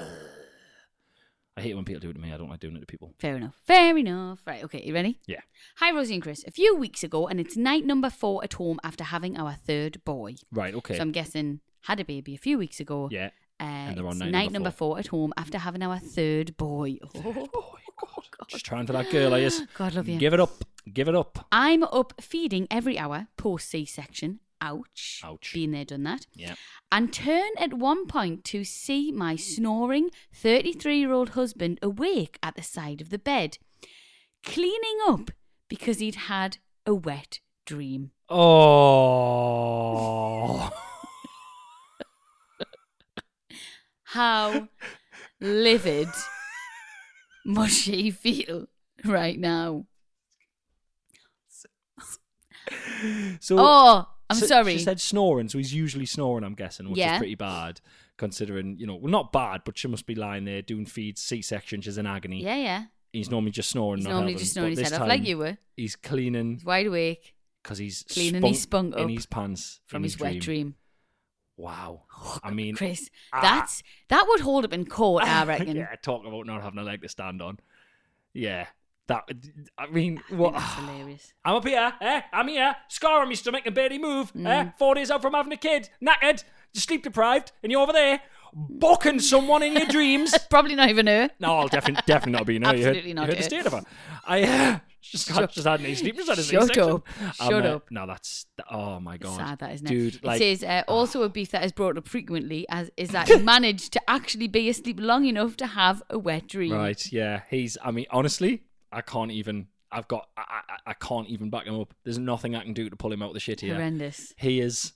S2: (sighs) I hate when people do it to me. I don't like doing it to people.
S1: Fair enough. Fair enough. Right. Okay. You ready?
S2: Yeah.
S1: Hi, Rosie and Chris. A few weeks ago, and it's night number four at home after having our third boy.
S2: Right, okay.
S1: So I'm guessing had a baby a few weeks ago. (laughs)
S2: yeah.
S1: Uh,
S2: they're on
S1: it's
S2: night
S1: night,
S2: number
S1: number four. at home after having our third boy. Oh,
S2: Boy, God. Just trying for that girl, I is.
S1: (gasps) God love you.
S2: Give it up. Give it up.
S1: I'm up feeding every hour post C section. Ouch.
S2: Ouch.
S1: Been there, done that.
S2: Yeah.
S1: And turn at one point to see my snoring 33 year old husband awake at the side of the bed, cleaning up because he'd had a wet dream.
S2: Oh. (laughs)
S1: How livid must she feel right now?
S2: so,
S1: oh, I'm
S2: so-
S1: sorry.
S2: She said snoring, so he's usually snoring, I'm guessing, which is
S1: Yeah.
S2: pretty bad, considering, you know, well, not bad, but she must be lying there doing feeds, C section. She's in agony.
S1: yeah, yeah.
S2: He's normally just snoring.
S1: He's
S2: not
S1: normally
S2: helping,
S1: just
S2: but
S1: snoring his
S2: this
S1: head off like
S2: time
S1: you were.
S2: He's cleaning
S1: He's wide awake
S2: because he's
S1: Cleaning his
S2: spunk
S1: spunk
S2: in
S1: up
S2: his pants
S1: from
S2: in
S1: his, wet dream. Oh,
S2: Wow. I mean, (laughs)
S1: Chris,
S2: ah.
S1: that's that would hold up in court, I reckon.
S2: yeah, talk about not having a leg to stand on. Yeah. That. I mean, what?
S1: That's hilarious. (laughs)
S2: I'm up here, eh? I'm here, scar on my stomach and barely move, eh?
S1: Mm.
S2: Four days out from having a kid, knackered, sleep deprived, and you're over there bocking someone in your
S1: (laughs)
S2: dreams.
S1: Probably not even her.
S2: No, I'll definitely definitely not be. No, you heard,
S1: Absolutely not
S2: You heard the
S1: it.
S2: state of her. I uh, just, had- just had an sleep. Just had a
S1: Shut
S2: C-section.
S1: up. Shut
S2: uh,
S1: up.
S2: No, that's oh my god.
S1: Sad that, isn't it?
S2: dude? Like, ah.
S1: it says uh, also a beef that is brought up frequently as is
S2: (laughs)
S1: that you managed to actually be asleep long enough to have a wet dream.
S2: right? Yeah, he's. I mean, honestly, I can't even. I've got. I, I, I- I can't even back him up. There's nothing I can do to pull him out of the shit here.
S1: Horrendous.
S2: He is.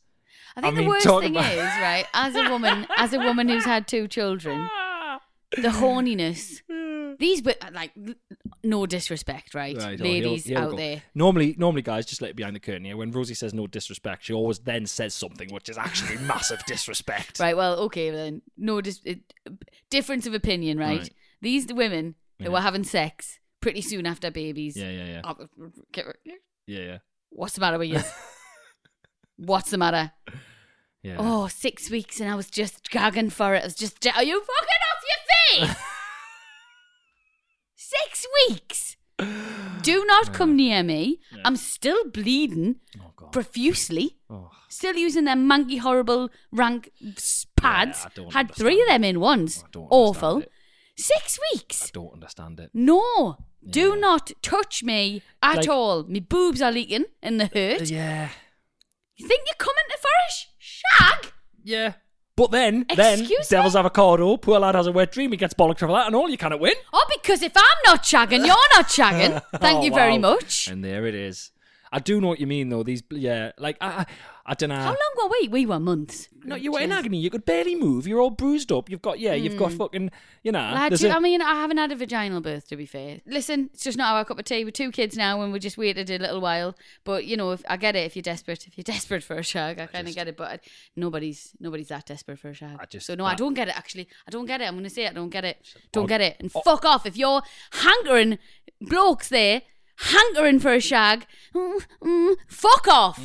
S1: I think
S2: mean,
S1: the worst
S2: talk
S1: thing
S2: about-
S1: is, right, as a
S2: (laughs)
S1: woman, as a woman who's had two children, the
S2: (laughs)
S1: horniness. These were uh, like l- no disrespect, right?
S2: Right, oh, here-
S1: Ladies
S2: here we
S1: out
S2: go.
S1: there.
S2: Normally, normally, guys, just let it behind the curtain here. When Rosie says no disrespect, she always then says something which
S1: (laughs)
S2: is actually massive disrespect.
S1: Right, well, okay then. No dis- it, difference of opinion, right?
S2: Right.
S1: These women who
S2: Yeah.
S1: are having sex pretty soon after babies.
S2: Yeah, yeah, yeah,
S1: Get-
S2: yeah, yeah.
S1: What's the matter
S2: (laughs)
S1: with you? What's the matter?
S2: yeah.
S1: Oh, six weeks and I was just gagging for it. I was just, j- are you fucking off your
S2: (laughs)
S1: feet? six weeks. Do not come near me. I'm still bleeding
S2: Oh, God.
S1: profusely.
S2: Oh.
S1: Still using them manky horrible rank s- pads.
S2: Yeah, I don't
S1: Had three of them
S2: understand
S1: in once.
S2: I don't
S1: Awful.
S2: understand
S1: Six
S2: I
S1: weeks.
S2: don't understand it.
S1: No.
S2: Yeah.
S1: Do not touch me at
S2: Like-
S1: all. My boobs are leaking and they hurt.
S2: Yeah.
S1: You think you're coming to Farish? Shag?
S2: Yeah. But then, then
S1: Excuse
S2: Devil's
S1: me?
S2: avocado. Poor lad has a wet dream. He gets bollocked for that, and all you cannot win.
S1: Oh, because if I'm not shagging, you're not
S2: (laughs)
S1: shagging. Thank
S2: Oh,
S1: you very
S2: wow.
S1: much.
S2: And there it is. I do know what you mean, though. These, yeah, like I, I, I don't know.
S1: How long were we? We were months.
S2: No, you were in agony. You could barely move. You're all bruised up. You've got yeah. You've
S1: Hmm.
S2: got fucking you know.
S1: I, had
S2: there's
S1: two,
S2: a-
S1: I mean, I haven't had a vaginal birth to be fair. Listen, it's just not our cup of tea. We're two kids now, and we just waited a little while. But you know, if, I get it. If you're desperate, if you're (laughs) desperate for a shag, I kind of get it. But I, nobody's nobody's that desperate for a shag.
S2: I just-
S1: so no, I
S2: that-
S1: don't get it. Actually, I don't get it. I'm gonna say it. I don't get it. Don't get it. And fuck off if you're hankering blokes there, hankering for a shag. mm, mm, fuck off.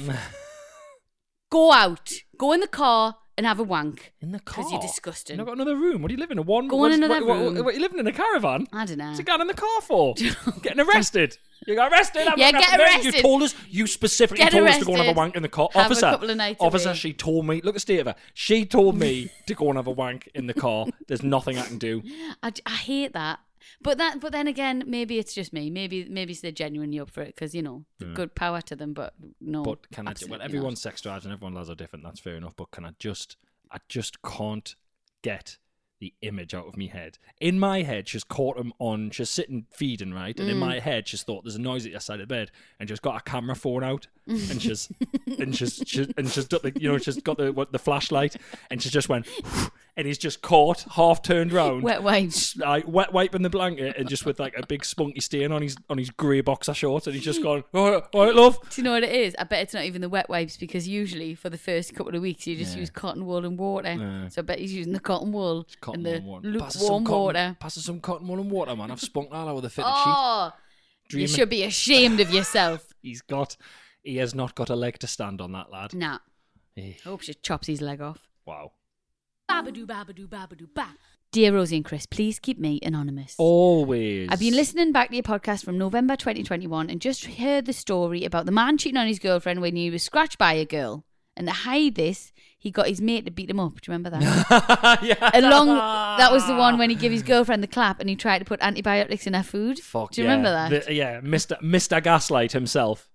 S1: Go out. Go in the car and have a wank.
S2: in the car.
S1: 'Cause you're disgusting.
S2: And I've got another room. What are you living in? One.
S1: Go on
S2: what's-
S1: another
S2: what, What,
S1: room.
S2: what, you living in a caravan?
S1: I don't know.
S2: What's a gun in the car
S1: (laughs)
S2: for? Getting arrested. You got arrested. I'm
S1: Yeah,
S2: not
S1: get
S2: arrested. You
S1: arrested.
S2: told us. You specifically
S1: Get
S2: told us to go and have a
S1: arrested.
S2: wank in the car.
S1: Have a
S2: officer,
S1: couple of nights
S2: officer,
S1: away.
S2: she told me. Look at the state of her. She told me to go and have a wank in the car. There's nothing I can do.
S1: I, I hate that. But that, but then again, maybe it's just me. Maybe maybe they're genuinely up for it because you know, good power to them. But no,
S2: But can I? ju- Well,
S1: absolutely
S2: everyone's sex drives and everyone lads are different. That's fair enough. But can I just? I just can't get the image out of me head. In my head, she's caught him on, she's sitting feeding, right?
S1: Mm.
S2: And in my head, she's thought there's a noise at your side of the bed, and she's got a camera
S1: (laughs)
S2: phone out, and she's and she's she, and she's got the you know she's got the what, the flashlight, and she just went, (laughs) and he's just caught, half turned round,
S1: Wet wipes. (laughs)
S2: s- like wet wiping the blanket, and just with like a big spunky stain on his on his grey boxer shorts, and
S1: (laughs)
S2: he's just gone, all right, all right love,
S1: Do you know what it is? I bet it's not even the wet wipes because usually for the first couple of weeks you just use cotton wool and water. So I bet he's using the cotton wool
S2: cotton
S1: and the
S2: wool and water. Pass us some
S1: lukewarm
S2: cotton-
S1: water.
S2: Pass us some cotton wool and water, man. I've spunked all over the fitted sheet.
S1: Oh, you
S2: Dreaming.
S1: should be ashamed of yourself. (laughs)
S2: He's got, he has not got a leg to stand on that lad.
S1: nah,
S2: Eh,
S1: hope she chops his leg off.
S2: Wow.
S4: Babadoo, babadoo, babadoo, ba.
S1: Dear Rosie and Chris, please keep me anonymous.
S2: Always.
S1: I've been listening back to your podcast from November 2021 and just heard the story about the man cheating on his girlfriend when he was scratched by a girl. And to hide this, he got his mate to beat him up. Do you remember that?
S2: (laughs) (laughs) yeah.
S1: along that was the one
S2: (laughs)
S1: when he gave his girlfriend the clap and he tried to put antibiotics in her food.
S2: Fuck.
S1: Do you
S2: yeah.
S1: remember that?
S2: The- yeah, Mister Mister
S1: (laughs)
S2: Gaslight himself,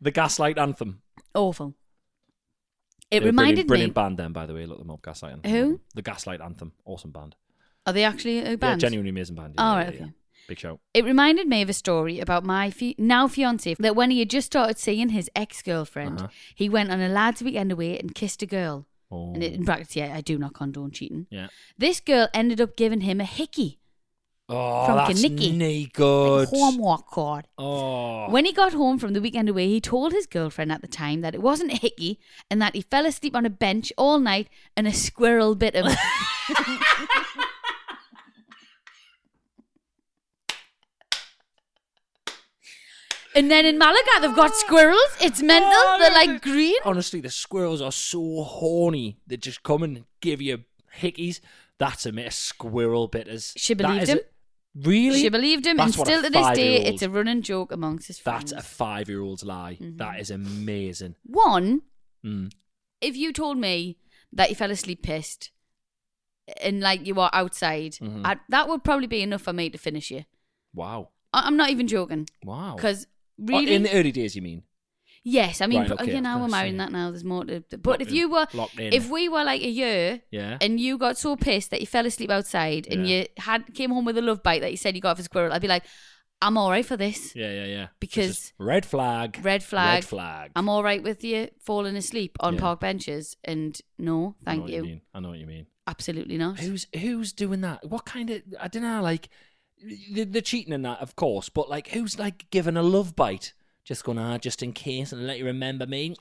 S2: the Gaslight Anthem.
S1: Awful. It
S2: They're a
S1: reminded
S2: brilliant, brilliant
S1: me.
S2: band. Then, by the way, look them up. Gaslight Anthem.
S1: Who?
S2: The Gaslight Anthem. Awesome band.
S1: Are they actually a
S2: Yeah,
S1: band?
S2: genuinely amazing band.
S1: Oh,
S2: Yeah,
S1: right,
S2: yeah,
S1: okay.
S2: yeah. Big shout.
S1: It reminded me of a story about my fi- now fiance that when he had just started seeing his ex girlfriend,
S2: Uh-huh.
S1: he went on a lads' weekend away and kissed a girl.
S2: Oh.
S1: And it, in brackets, yeah, I do not condone cheating.
S2: yeah.
S1: This girl ended up giving him a hickey,
S2: Oh,
S1: From
S2: that's
S1: Kinnicky.
S2: knee
S1: like
S2: good.
S1: homework card.
S2: oh.
S1: When he got home from the weekend away, he told his girlfriend at the time that it wasn't a hickey and that he fell asleep on a bench all night and a squirrel bit
S2: (laughs)
S1: him. and then in Malaga, they've got squirrels. It's mental.
S2: Oh,
S1: They're
S2: no,
S1: like
S2: the-
S1: green.
S2: Honestly, the squirrels are so horny. They just come and give you hickeys. That's a mere squirrel bitters.
S1: She
S2: That
S1: believed
S2: is
S1: him.
S2: A, really?
S1: She believed him,
S2: That's
S1: and
S2: what
S1: still
S2: a
S1: to this day,
S2: five-year-old-
S1: it's a Mm-hmm. running joke amongst his friends.
S2: That's a five-year-old's lie. That is amazing.
S1: One,
S2: Mm.
S1: if you told me that you fell asleep pissed and like you are outside,
S2: Mm-hmm.
S1: I, that would probably be enough for me to finish you.
S2: Wow.
S1: I, I'm not even joking.
S2: Wow.
S1: Because
S2: Oh,
S1: really,
S2: in the early days, you mean?
S1: yes, I mean,
S2: Right,
S1: but,
S2: okay,
S1: you know,
S2: I
S1: we're marrying
S2: see.
S1: that now. There's more to. But if
S2: Locked in-
S1: you were,
S2: locked in.
S1: if we were like a year
S2: Yeah.
S1: and you got so pissed that you fell asleep outside and
S2: Yeah.
S1: you had came home with a love bite that you said you got off a squirrel, I'd be like, I'm all right for this.
S2: yeah, yeah, yeah. It's
S1: because-
S2: just red flag.
S1: Red flag.
S2: Red flag.
S1: I'm all right with you falling asleep on
S2: Yeah.
S1: park benches, and no,
S2: I know
S1: thank
S2: what
S1: you,
S2: mean. I know what you mean.
S1: absolutely not.
S2: Who's who's doing that? What kind of I don't know. Like the, the cheating and that, of course, but like who's like giving a love bite, just going ah, just in case, and let you remember me.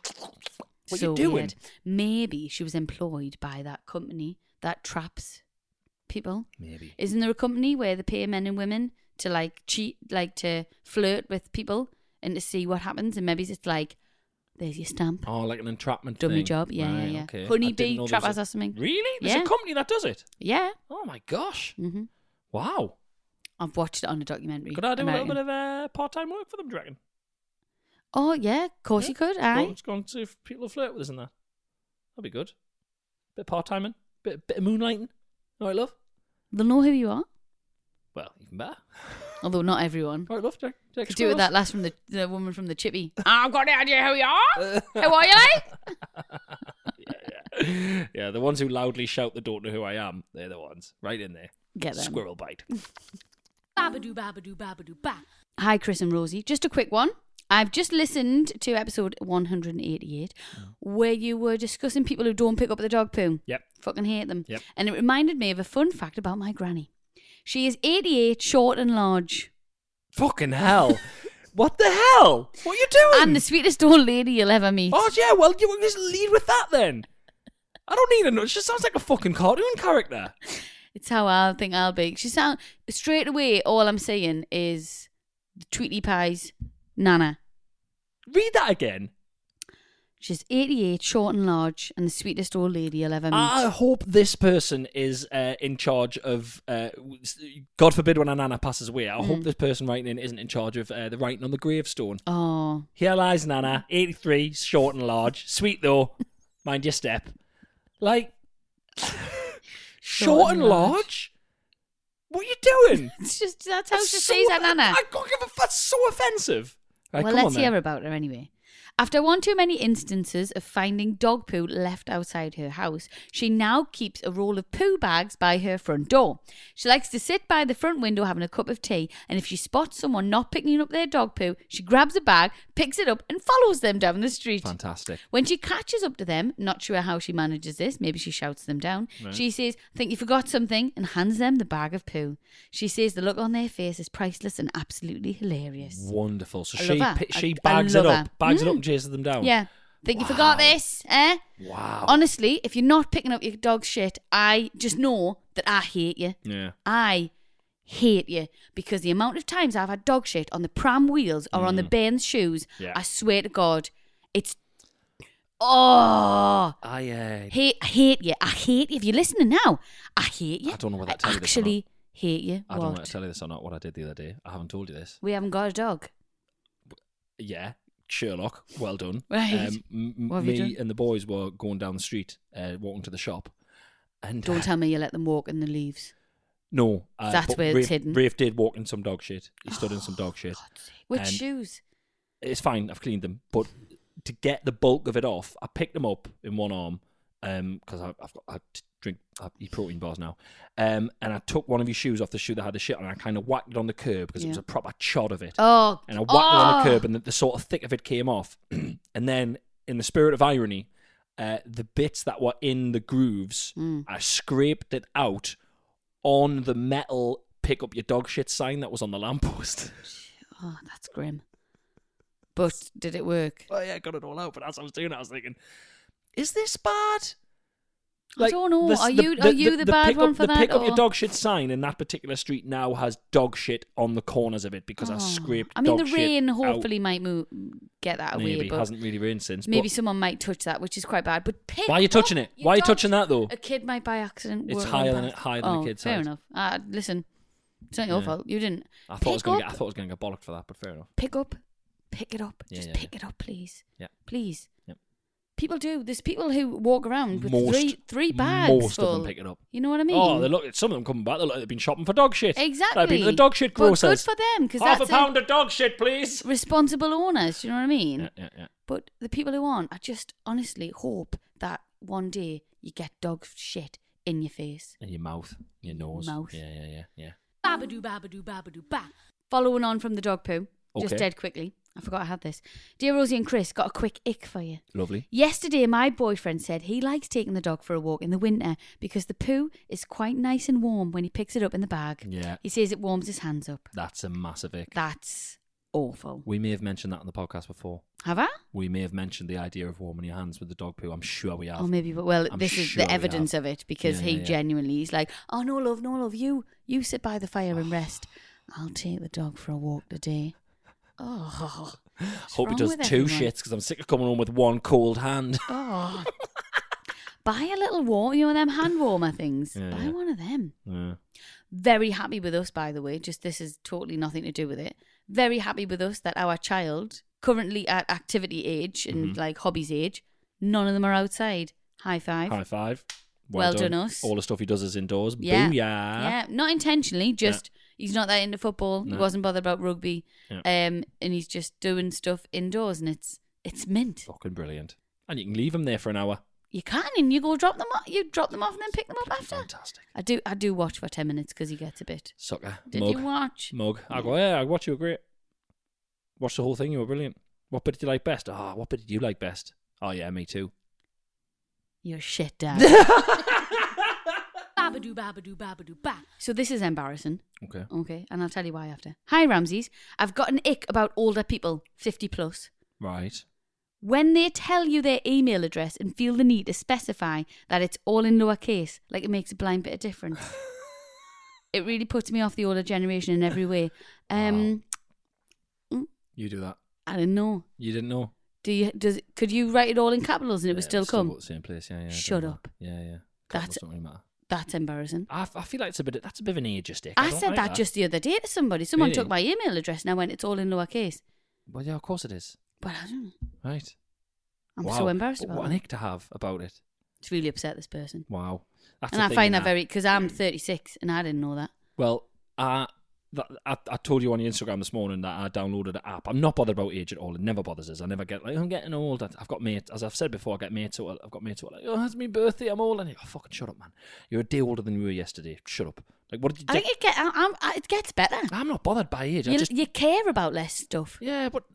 S2: What
S1: so
S2: you doing?
S1: weird. Maybe she was employed by that company that traps people.
S2: Maybe.
S1: Isn't there a company where they pay men and women to like cheat, like to flirt with people and to see what happens? And maybe it's like, there's your stamp.
S2: Oh, like an entrapment
S1: Dummy
S2: thing.
S1: job, yeah, yeah,
S2: Right,
S1: yeah.
S2: okay. I
S1: Honeybee
S2: didn't know there
S1: trappers
S2: was a-
S1: or something.
S2: Really? There's
S1: Yeah.
S2: a company that does it.
S1: Yeah.
S2: Oh my gosh!
S1: hmm
S2: Wow.
S1: I've watched it on a documentary.
S2: Could I do a
S1: American.
S2: little bit of uh, part-time work for them? Do you reckon?
S1: Oh, yeah. Of course you could.
S2: Go,
S1: Aye.
S2: let's go and see if people will flirt with us in there. That'd be good. Bit part timing, bit bit of moonlighting. All right, love.
S1: They'll know who you are.
S2: Well, even better.
S1: Although not everyone.
S2: (laughs) All right, love. Jack. Jack
S1: Could do with that last from the, the woman from the chippy. (laughs) I've got no idea who you
S2: (laughs)
S1: are. who are you? eh?
S2: that. yeah, the ones who loudly shout, "They don't know who I am." They're the ones right in there.
S1: Get them. (laughs)
S2: Squirrel bite.
S4: Babadoo, babadoo, babadoo, ba.
S1: Hi, Chris and Rosie. Just a quick one. I've just listened to episode 188 where you were discussing people who don't pick up the dog poo.
S2: Yep.
S1: Fucking hate them.
S2: Yep.
S1: And it reminded me of a fun fact about my granny. She is 88, short and large, (laughs)
S2: Fucking hell! what the hell? What are you doing?
S1: and the sweetest old lady you'll ever meet.
S2: Oh yeah, well you can just lead with that then. I don't need a note. She sounds like a fucking cartoon character.
S1: It's how I think I'll be. She sound straight away. All I'm saying is the Tweety Pies, Nana.
S2: Read that again.
S1: She's 88, short and large, and the sweetest old lady you'll ever meet.
S2: I hope this person is uh, in charge of. Uh, God forbid when a nana passes away. I
S1: Mm.
S2: hope this person writing in isn't in charge of uh, the writing on the gravestone.
S1: oh,
S2: Here lies Nana, 83, short and large. Sweet though, mind your step.
S1: (laughs)
S2: Like, short and large? What are you doing?
S1: it's just that's how
S2: That's
S1: she
S2: so-
S1: sees her Nana.
S2: I can't give a That's so offensive. Right,
S1: well,
S2: come on
S1: let's
S2: then.
S1: hear about her anyway. After one too many instances of finding dog poo left outside her house, she now keeps a roll of poo bags by her front door. She likes to sit by the front window having a cup of tea, and if she spots someone not picking up their dog poo, she grabs a bag, picks it up, and follows them down the street.
S2: Fantastic.
S1: When she catches up to them, not sure how she manages this, maybe she shouts them down, she says, I think you forgot something, and hands them the bag of poo. She says the look on their face is priceless and absolutely hilarious.
S2: Wonderful. So
S1: I
S2: she
S1: love her.
S2: pi- she
S1: I- I
S2: bags it
S1: love
S2: up,
S1: her.
S2: bags it up,
S1: Mm.
S2: and chases them down.
S1: Yeah. Think you forgot
S2: Wow.
S1: this, eh?
S2: Wow.
S1: Honestly, if you're not picking up your dog's shit, I just know that I hate you.
S2: yeah.
S1: I hate you because the amount of times I've had dog shit on the pram wheels or on the Bane's shoes,
S2: Mm. Yeah.
S1: I swear to God, it's. Oh,
S2: I uh,
S1: hate, I hate you. I hate you. If you're listening now, I hate you.
S2: I don't know whether to tell
S1: I
S2: you this or
S1: actually hate you.
S2: I don't know
S1: What?
S2: if to tell you this or not. What I did the other day, I haven't told you this.
S1: We haven't got a dog.
S2: Yeah, Sherlock, well done.
S1: (laughs)
S2: Um,
S1: Right.
S2: m- m-
S1: What have you
S2: me
S1: done?
S2: and the boys were going down the street, uh, walking to the shop, and
S1: Don't
S2: uh,
S1: tell me you let them walk in the leaves.
S2: No, uh,
S1: That's
S2: but
S1: where it's
S2: Rafe,
S1: hidden. Oh,
S2: Rafe did walk in some dog shit. He stood in some dog shit.
S1: With
S2: And-
S1: shoes.
S2: It's fine. I've cleaned them, but to get the bulk of it off, I picked them up in one arm because I I've got I t- drink I eat protein bars now, um, and I took one of his shoes off the shoe that had the shit, and I kind of whacked it on the curb because it
S1: Yeah.
S2: was a proper chod of it.
S1: Oh,
S2: and I whacked it on the
S1: oh.
S2: curb, and the, the sort of thick of it came off. (clears throat) and then, in the spirit of irony, uh, the bits that were in the grooves,
S1: Mm.
S2: I scraped it out on the metal pick up your dog shit sign that was on the (laughs) lamppost.
S1: Oh, that's grim. But did it work?
S2: oh, yeah, I got it all out. But as I was doing it, I was thinking, is this bad?
S1: I don't know.
S2: this-
S1: are you are you the, bad
S2: pick
S1: one
S2: up,
S1: for
S2: the
S1: that?
S2: pick up
S1: or-
S2: your dog shit sign in that particular street now has dog shit on the corners of it because I
S1: Oh.
S2: scraped.
S1: I mean,
S2: dog
S1: the
S2: shit
S1: rain
S2: out.
S1: hopefully might move, get that away,
S2: Maybe it
S1: but
S2: hasn't really rained since.
S1: maybe
S2: but-
S1: someone might touch that, which is quite bad. But pick
S2: Why are you
S1: up
S2: touching it?
S1: your
S2: Why are you
S1: dog
S2: touching
S1: shit.
S2: that though?
S1: A kid might by accident.
S2: It's
S1: whirl it
S2: higher than
S1: past.
S2: it- higher than a
S1: oh,
S2: kid's
S1: Fair
S2: size.
S1: enough. Uh, listen, it's not your
S2: Yeah.
S1: fault. You didn't.
S2: I thought
S1: pick
S2: I was gonna
S1: up,
S2: get, I thought I was gonna get bollocked for that, but fair enough.
S1: pick up, pick it up.
S2: Yeah,
S1: Just
S2: yeah,
S1: pick it up, please.
S2: Yeah.
S1: Please.
S2: Yep.
S1: People do. There's people who walk around with
S2: Most-
S1: three three bags
S2: most of
S1: full.
S2: them pick it up.
S1: You know what I mean?
S2: Oh, they look. Some of them coming back. They look like they've been shopping for dog shit.
S1: Exactly.
S2: They've been to the dog shit
S1: But good
S2: grocers.
S1: for them, 'cause
S2: half
S1: that's
S2: a
S1: a-
S2: pound of dog shit, please.
S1: responsible owners. Do you know what I (laughs) mean?
S2: Yeah, yeah, yeah.
S1: But the people who aren't, I just honestly hope that one day you get dog shit in your face.
S2: And your mouth, your nose.
S1: Mouth.
S2: Yeah, yeah, yeah, yeah.
S1: Babadoo, babadoo, babadoo, ba. Following on from the dog poo, just
S2: Okay.
S1: dead quickly. I forgot I had this. Dear Rosie and Chris, got a quick ick for you.
S2: Lovely.
S1: Yesterday, my boyfriend said he likes taking the dog for a walk in the winter because the poo is quite nice and warm when he picks it up in the bag.
S2: Yeah.
S1: He says it warms his hands up.
S2: That's a massive ick.
S1: That's awful.
S2: We may have mentioned that on the podcast before.
S1: Have I?
S2: We may have mentioned the idea of warming your hands with the dog poo. I'm sure we have.
S1: Oh, maybe. But well,
S2: I'm
S1: this is
S2: sure we
S1: the evidence
S2: have.
S1: of it because
S2: Yeah,
S1: he
S2: yeah, yeah.
S1: genuinely is like, "Oh no, love, no, love, you, you sit by the fire and rest. I'll take the dog for a walk today." Oh, what's
S2: Hope he
S1: wrong
S2: does
S1: with
S2: two
S1: everyone?
S2: shits because I'm sick of coming home with one cold hand. (laughs)
S1: Oh, (laughs) buy a little warm, you know, them hand warmer things.
S2: Yeah,
S1: buy
S2: yeah.
S1: one of them.
S2: yeah.
S1: Very happy with us, by the way. Just this is totally nothing to do with it. Very happy with us that our child, currently at activity age and
S2: Mm-hmm.
S1: like hobbies age, none of them are outside. High five.
S2: High five.
S1: Well done, us.
S2: All the stuff he does is indoors.
S1: Yeah.
S2: Booyah.
S1: Yeah, not intentionally, just he's not that into football. He
S2: No.
S1: wasn't bothered about rugby.
S2: Yeah.
S1: Um and he's just doing stuff indoors and it's it's mint.
S2: Fucking brilliant. And you can leave him there for an hour.
S1: You can and you go drop them off you drop them off and then pick them up after.
S2: Fantastic.
S1: I do I do watch for ten minutes because he gets a bit.
S2: Sucker.
S1: Did
S2: Mug.
S1: you watch?
S2: Mug. I go, yeah, I watch you were great. Watch the whole thing, you were brilliant. What bit did you like best? Ah, what bit did you like best? Oh yeah, me too.
S1: You're shit dad.
S2: (laughs)
S1: babadoo babadoo babadoo ba. So this is embarrassing.
S2: Okay.
S1: Okay, and I'll tell you why after. Hi Ramses. I've got an ick about older people, fifty plus.
S2: Right.
S1: When they tell you their email address and feel the need to specify that it's all in lowercase, like it makes a blind bit of
S2: (laughs)
S1: difference. it really puts me off the older generation in every way. Um,
S2: You do that.
S1: I don't know.
S2: You didn't know.
S1: Do you? Does could you write it all in capitals and it would still come?
S2: got the same place. Yeah, yeah. it
S1: Shut
S2: doesn't
S1: up.
S2: matter. Yeah, yeah.
S1: That's-
S2: doesn't really matter.
S1: That's embarrassing.
S2: I, f- I feel like it's a bit. That's a bit of an ageist. ick.
S1: I,
S2: don't
S1: said
S2: like
S1: that, just the other day to somebody. Someone
S2: Really?
S1: took my email address and I went, "It's all in lowercase."
S2: Well, yeah, of course it is.
S1: But I don't. know.
S2: Right.
S1: I'm
S2: wow.
S1: so embarrassed
S2: But
S1: about
S2: What
S1: it.
S2: an ick to have about it.
S1: It's really upset this person,
S2: Wow. That's
S1: and
S2: the
S1: I
S2: thing
S1: find
S2: in
S1: that very because I'm 36 and I didn't know that.
S2: Well, I that, I, I told you on your Instagram this morning that I downloaded an app. I'm not bothered about age at all. It never bothers us. I never get like I'm getting old. I- I've got mates, as I've said before. I get mates. who are- I've got mates who are like, "Oh, it's my birthday. I'm old." And I go, oh, "Fucking shut up, man. You're a day older than you were yesterday. Shut up." Like, what did you?
S1: I think it get I, I'm, I, it gets better.
S2: I'm not bothered by age. I
S1: You,
S2: just
S1: you care about less stuff.
S2: yeah, but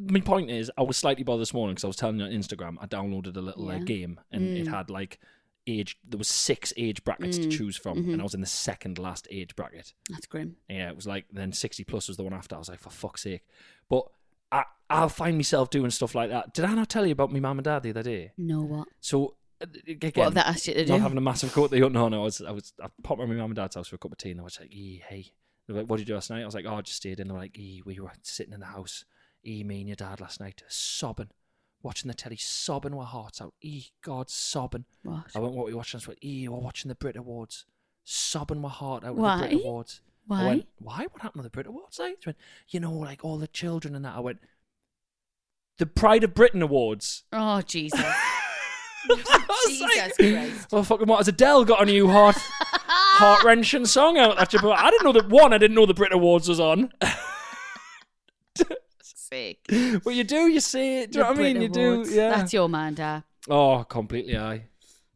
S2: my point is, I was slightly bothered this morning because I was telling you on Instagram I downloaded a little uh,
S1: Yeah. Mm.
S2: game and it had like age. There was six age brackets to choose from,
S1: Mm-hmm.
S2: and I was in the second last age bracket.
S1: That's grim.
S2: Yeah, it was like then sixty plus was the one after. I was like, for fuck's sake! But I, I'll find myself doing stuff like that. Did I not tell you about my mum and dad the other day?
S1: You know what?
S2: So uh, again,
S1: What have that asked you to
S2: not
S1: do?
S2: having a massive coat. They no, no. I was, I was, I popped around my mum and dad's house for a cup of tea, and they were just like, "Ee, hey, they were like, what did you do last night?" I was like, "Oh, I just stayed in." They were like, "Ee, we were sitting in the house. Ee, me and your dad last night, sobbing, watching the telly, sobbing our hearts out. Ee, God, sobbing."
S1: What?
S2: I went, "What were you watching?" I went, "Ee, we're watching the Brit Awards, sobbing my heart out at
S1: Why?
S2: the Brit Awards." I
S1: Why?
S2: went, Why? What happened to the Brit Awards? Like, she went, you know, like all the children and that. I went, the Pride of Britain Awards. (laughs)
S1: Oh Jesus!
S2: I was
S1: Jesus Christ.
S2: Oh fucking what? Has Adele got a new heart heart wrenching song out? After, but I didn't know that one. I didn't know the Brit Awards was on.
S1: (laughs) Sick.
S2: But you do, you see it. Do you know what I mean? You do, yeah.
S1: That's your man, Dad.
S2: oh, completely, aye,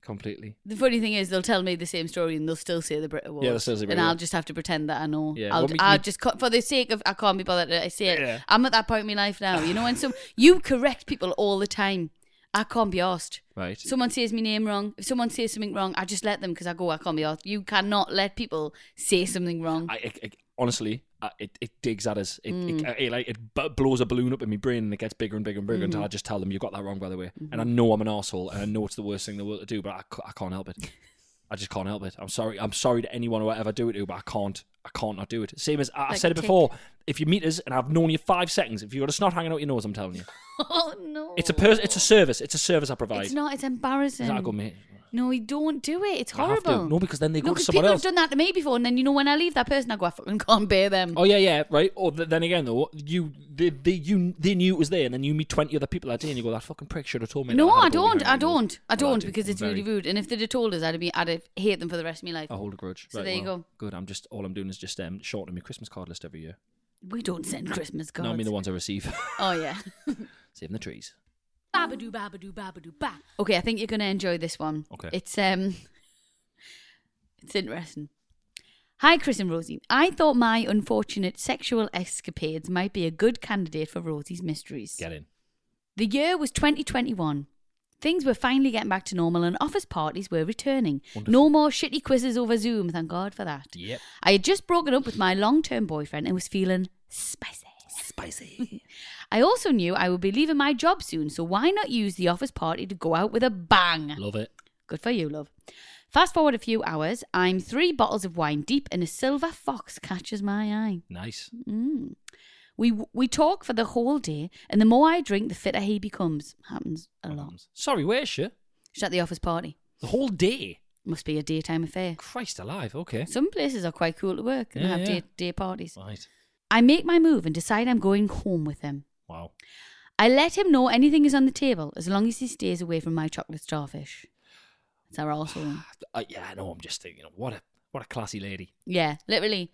S2: completely.
S1: The funny thing is, they'll tell me the same story and they'll still say the Brit Awards.
S2: Yeah, they'll still say Brit
S1: And I'll
S2: Awards.
S1: just have to pretend that I know.
S2: Yeah,
S1: I'll,
S2: well, me-
S1: I'll
S2: me-
S1: just, co- for the sake of, I can't be bothered. I say it.
S2: Yeah.
S1: I'm at that point in my life now. You know, when some, you correct people all the time. I can't be asked.
S2: Right.
S1: Someone says my name wrong. If someone says something wrong, I just let them because I go, I can't be asked. You cannot let people say something wrong.
S2: I, I, I honestly, I, it, it digs at us. It,
S1: Mm.
S2: it, it like it b- blows a balloon up in my brain and it gets bigger and bigger and bigger
S1: Mm-hmm.
S2: until I just tell them you got that wrong, by the way. And I know I'm an asshole and I know it's the worst thing in the world to do, but I, c- I can't help it. I just can't help it. I'm sorry. I'm sorry to anyone who I ever do it to, but I can't. I can't not do it. Same as I, I
S1: Like
S2: said it
S1: tick.
S2: before. If you meet us and I've known you five seconds, if you've got a snot hanging out your nose, I'm telling you,
S1: (laughs) oh, no.
S2: it's a pers- It's a service. It's a service I provide.
S1: It's not. It's embarrassing.
S2: Is that a good mate?
S1: No, you don't do it. It's
S2: I have to.
S1: horrible.
S2: No, because then they go to
S1: 'cause
S2: someone
S1: people
S2: else.
S1: have done that to me before, and then you know when I leave that person, I go, I fucking can't bear them.
S2: Oh yeah, yeah, right. Or th- then again, though, you they, they you they knew it was there, and then you meet twenty other people that day, and you go, "That fucking prick should have told me."
S1: No,
S2: that had
S1: I
S2: a bone
S1: don't.
S2: behind
S1: I
S2: my nose."
S1: don't. I
S2: Well,
S1: don't
S2: do.
S1: because it's
S2: I'm
S1: really
S2: very- Oh.
S1: rude. And if they'd have told us, I'd be, I'd have hate them for the rest of my life.
S2: I hold a grudge.
S1: So
S2: Right,
S1: there you
S2: well,
S1: go.
S2: Good. I'm just all I'm doing is just um shortening my Christmas card list every year.
S1: We don't send Christmas cards.
S2: No, I mean the ones I receive. (laughs)
S1: Oh yeah.
S2: Saving the trees.
S4: Babadoo, babadoo, babadoo, ba.
S1: Okay, I think you're gonna enjoy this one.
S2: Okay.
S1: It's um, (laughs) it's interesting. Hi, Chris and Rosie. I thought my unfortunate sexual escapades might be a good candidate for Rosie's mysteries.
S2: Get in.
S1: The year was 2021. Things were finally getting back to normal and office parties were returning. No more shitty quizzes over Zoom, thank God for that.
S2: Yep.
S1: I had just broken up with my long term boyfriend and was feeling spicy. Spicy. (laughs) I also knew I would be leaving my job soon, so why not use the office party to go out with a bang?
S2: Love it.
S1: Good for you, love. Fast forward a few hours, I'm three bottles of wine deep and a silver fox catches my eye.
S2: Nice.
S1: Mm. We we talk for the whole day, and the more I drink, the fitter he becomes. Happens a lot.
S2: Sorry, where's she?
S1: She's at the office party.
S2: The whole day.
S1: Must be a daytime affair.
S2: Christ
S1: (laughs)
S2: alive. Okay.
S1: Some places are quite cool to work and
S2: Yeah,
S1: have
S2: yeah.
S1: Day, day parties.
S2: Right.
S1: I make my move and decide I'm going home with him.
S2: Wow.
S1: I let him know anything is on the table as long as he stays away from my chocolate starfish. That's our asshole.
S2: Uh, yeah, I know. I'm just thinking. What a what a classy lady.
S1: Yeah, literally.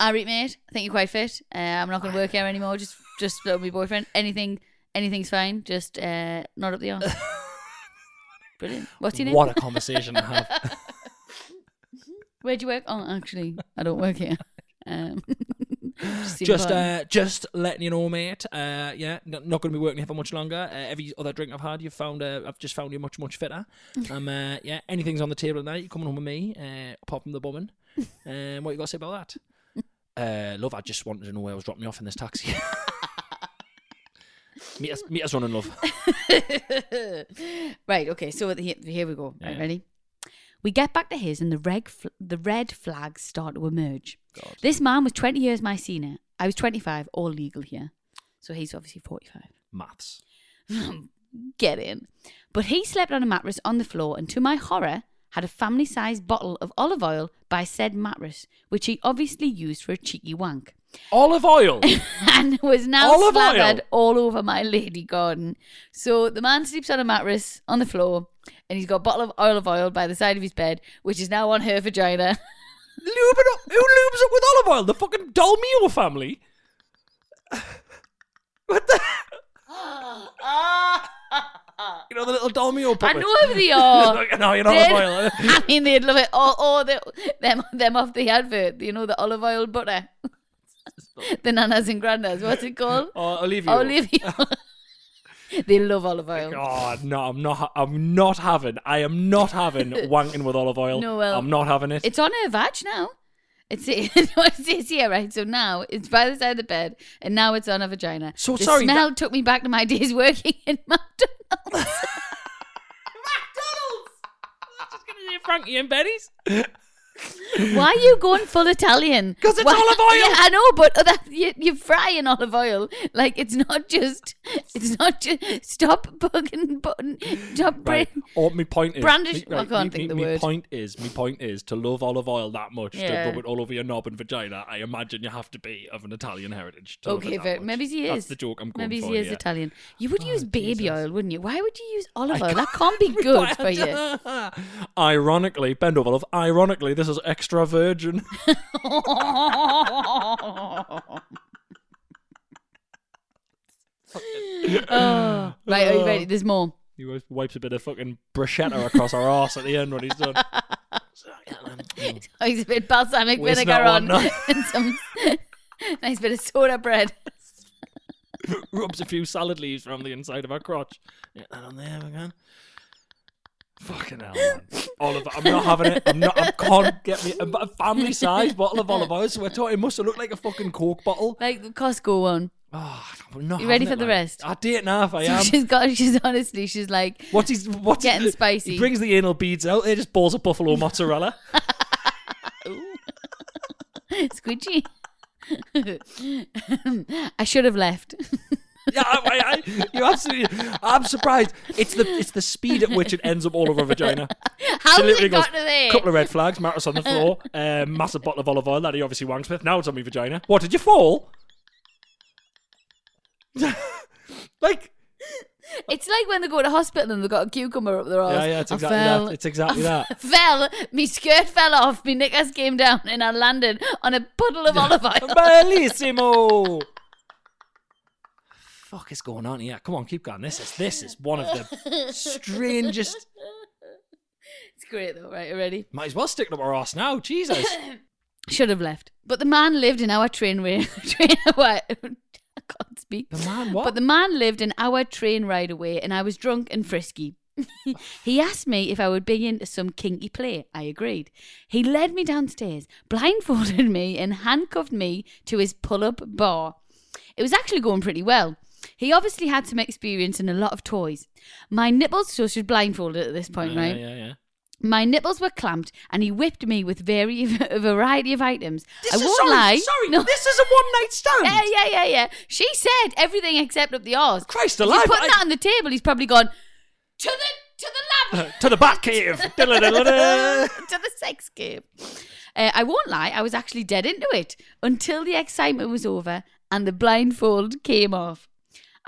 S1: Alright, mate. I think you're quite fit. Uh, I'm not going to work here anymore. Just, just let me boyfriend. Anything, anything's fine. Just uh, not up the arse. Brilliant. What's your name?
S2: What a conversation
S1: (laughs)
S2: to have.
S1: Where do you work? Oh, actually, I don't work here. Um, (laughs) just seemed
S2: just
S1: fun.
S2: uh, just letting you know, mate. Uh, yeah, n- not going to be working here for much longer. Uh, every other drink I've had, you've found. Uh, I've just found you much much fitter. Um, uh, yeah, anything's on the table tonight. You're coming home with me. Uh, apart from the bumming. Um, what you got to say about that? Uh, love, I just wanted to know where I was dropping you off in this taxi. (laughs) meet us, meet us running, love.
S1: (laughs) right. Okay. So here, here we go. Right, ready? We get back to his, and the red fl- the red flags start to emerge. This man was 20 years my senior. I was 25, all legal here. So he's obviously 45.
S2: Maths.
S1: Get in. But he slept on a mattress on the floor, and to my horror, had a family sized bottle of olive oil by said mattress, which he obviously used for a cheeky wank.
S2: Olive oil.
S1: (laughs) and was now
S2: Olive
S1: slathered
S2: oil.
S1: all over my lady garden. So the man sleeps on a mattress on the floor, and he's got a bottle of olive oil by the side of his bed, which is now on her vagina. (laughs)
S2: Lube it up. Who lubes up with olive oil? The fucking Dolmio family. (laughs) What
S1: (laughs)
S2: the? you know the little Dolmio
S1: I
S2: puppet. (laughs)
S1: know who they (laughs) are.
S2: no, you're not
S1: They'd-
S2: olive oil.
S1: I mean, they'd love it. Or, or the, them, them off the advert, you know, the olive oil butter. (laughs) the nanas and grandas. What's it called?
S2: Or
S1: (laughs)
S2: Olivia.
S1: Olive oil. (laughs) they love olive oil.
S2: God, no, I'm not. I'm not having. I am not
S1: (laughs)
S2: having wanking with olive oil.
S1: No, well,
S2: I'm not having it.
S1: It's on her vag now. It's (laughs) what it says here, right? So now it's by the side of the bed, and now it's on her vagina.
S2: So
S1: the
S2: sorry,
S1: smell took me back to my (laughs) days working in McDonald's.
S2: Frankie and Betty's.
S1: Why are you going full Italian?
S2: 'Cause it's
S1: Why-
S2: olive oil.
S1: Yeah, I know, but other, you, you're frying olive oil. Like it's not just. It's not just. Stop bugging button. Stop.
S2: Right.
S1: bring-
S2: Or my point is,
S1: Brandish-
S2: me- right,
S1: I can't
S2: me-
S1: think
S2: me-
S1: the
S2: me
S1: word.
S2: point is, my point is to love olive oil that much
S1: Yeah.
S2: to rub it all over your knob and vagina. I imagine you have to be of an Italian heritage. To love
S1: Okay,
S2: it that
S1: fair.
S2: much.
S1: maybe he is.
S2: That's the joke I'm going
S1: Maybe
S2: for.
S1: he is
S2: here.
S1: Italian. You would
S2: Oh,
S1: use baby
S2: Jesus.
S1: oil, wouldn't you? Why would you use olive
S2: I
S1: oil? That can't be good for you.
S2: (laughs) Ironically, bend over, love. Ironically, this is extra virgin. (laughs)
S1: Oh, right, are you ready? There's more. (laughs)
S2: He always wipes a bit of fucking bruschetta across her ass at the end when he's
S1: (laughs)
S2: done.
S1: Oh, he's a bit balsamic
S2: Waste
S1: vinegar on
S2: not, want not.
S1: (laughs) and some nice bit of soda bread.
S2: Rubs a few salad leaves from the inside of her crotch. Get that on there again. Fucking hell, man. Olive, I'm not having it. I'm not. I can't get me a, a family size bottle of olive oil. So I thought it must have looked like a fucking Coke bottle.
S1: Like the Costco one.
S2: Ah, I'm not
S1: You ready
S2: having
S1: for
S2: it,
S1: the
S2: man.
S1: rest?
S2: I did
S1: (laughs)
S2: enough. I
S1: So
S2: am.
S1: she's got she's honestly, she's like
S2: What's he's what's he-
S1: Getting spicy.
S2: He brings the anal beads out. They just balls of buffalo mozzarella. (laughs)
S1: squidgy. (laughs) I should have left. (laughs)
S2: yeah, I, I, I, you absolutely. I'm surprised. It's the it's the speed at which it ends up all over her vagina.
S1: How has
S2: literally
S1: it got
S2: goes,
S1: to there?
S2: Couple of red flags, mattress on the (laughs) floor, uh, massive bottle of olive oil that he obviously wanks with. Now it's on my vagina. What did you fall? (laughs) like
S1: It's like when they go to hospital and they've got a cucumber up their arse.
S2: yeah, yeah, it's
S1: I
S2: exactly
S1: fell.
S2: that. It's exactly (laughs) that.
S1: Fell, my skirt fell off, my knickers came down, and I landed on a puddle of olive
S2: (laughs)
S1: oil.
S2: Bellissimo. Fuck is going on here? Come on, keep going. This is this is one of the strangest.
S1: It's great though, right? You ready?
S2: Might as well stick it up our ass now. Jesus.
S1: Should have left. But the man lived an hour train ride. (laughs) train away. I can't speak.
S2: The man what?
S1: But the man lived an hour train ride away, and I was drunk and frisky. (laughs) he asked me if I would be into some kinky play. I agreed. He led me downstairs, blindfolded (laughs) me, and handcuffed me to his pull up bar. It was actually going pretty well. He obviously had some experience and a lot of toys. My nipples, so she's blindfolded at this point,
S2: yeah,
S1: right?
S2: yeah, yeah.
S1: My nipples were clamped, and he whipped me with very (laughs) a variety of items. I won't
S2: sorry,
S1: lie.
S2: Sorry,
S1: No.
S2: this is a one night stand.
S1: Yeah, yeah, yeah, yeah. She said everything except up the arse.
S2: Christ
S1: If
S2: alive,
S1: He's putting
S2: I-
S1: that on the table. He's probably gone to the to the lab.
S2: To the bat cave. (laughs) Da-da-da-da-da.
S1: (laughs) to the sex game. Uh, I won't lie, I was actually dead into it until the excitement was over and the blindfold came off.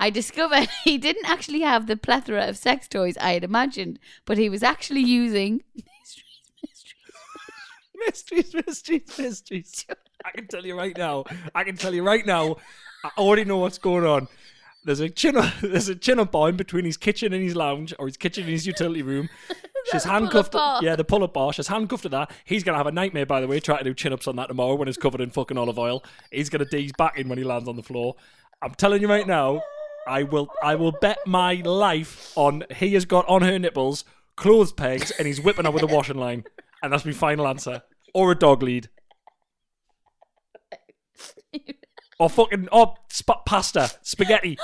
S1: I discovered (laughs) he didn't actually have the plethora of sex toys I had imagined, but he was actually using.
S2: (laughs) mysteries, mysteries, mysteries. I can tell you right now. I can tell you right now. I already know what's going on. There's a chin up, (laughs) there's a chin up bar in between his kitchen and his lounge, or his kitchen and his utility room.
S1: (laughs)
S2: She's handcuffed.
S1: bar.
S2: Yeah, the pull-up bar. She's handcuffed to that. He's gonna have a nightmare, by the way, trying to do chin-ups on that tomorrow when it's covered in fucking olive oil. He's gonna d his back in when he lands on the floor. I'm telling you right now, I will I will bet my life on he has got on her nipples clothes pegs and he's whipping her with a washing line. And that's my final answer. Or a dog lead. Or fucking or sp- pasta,
S1: (gasps)
S2: spaghetti,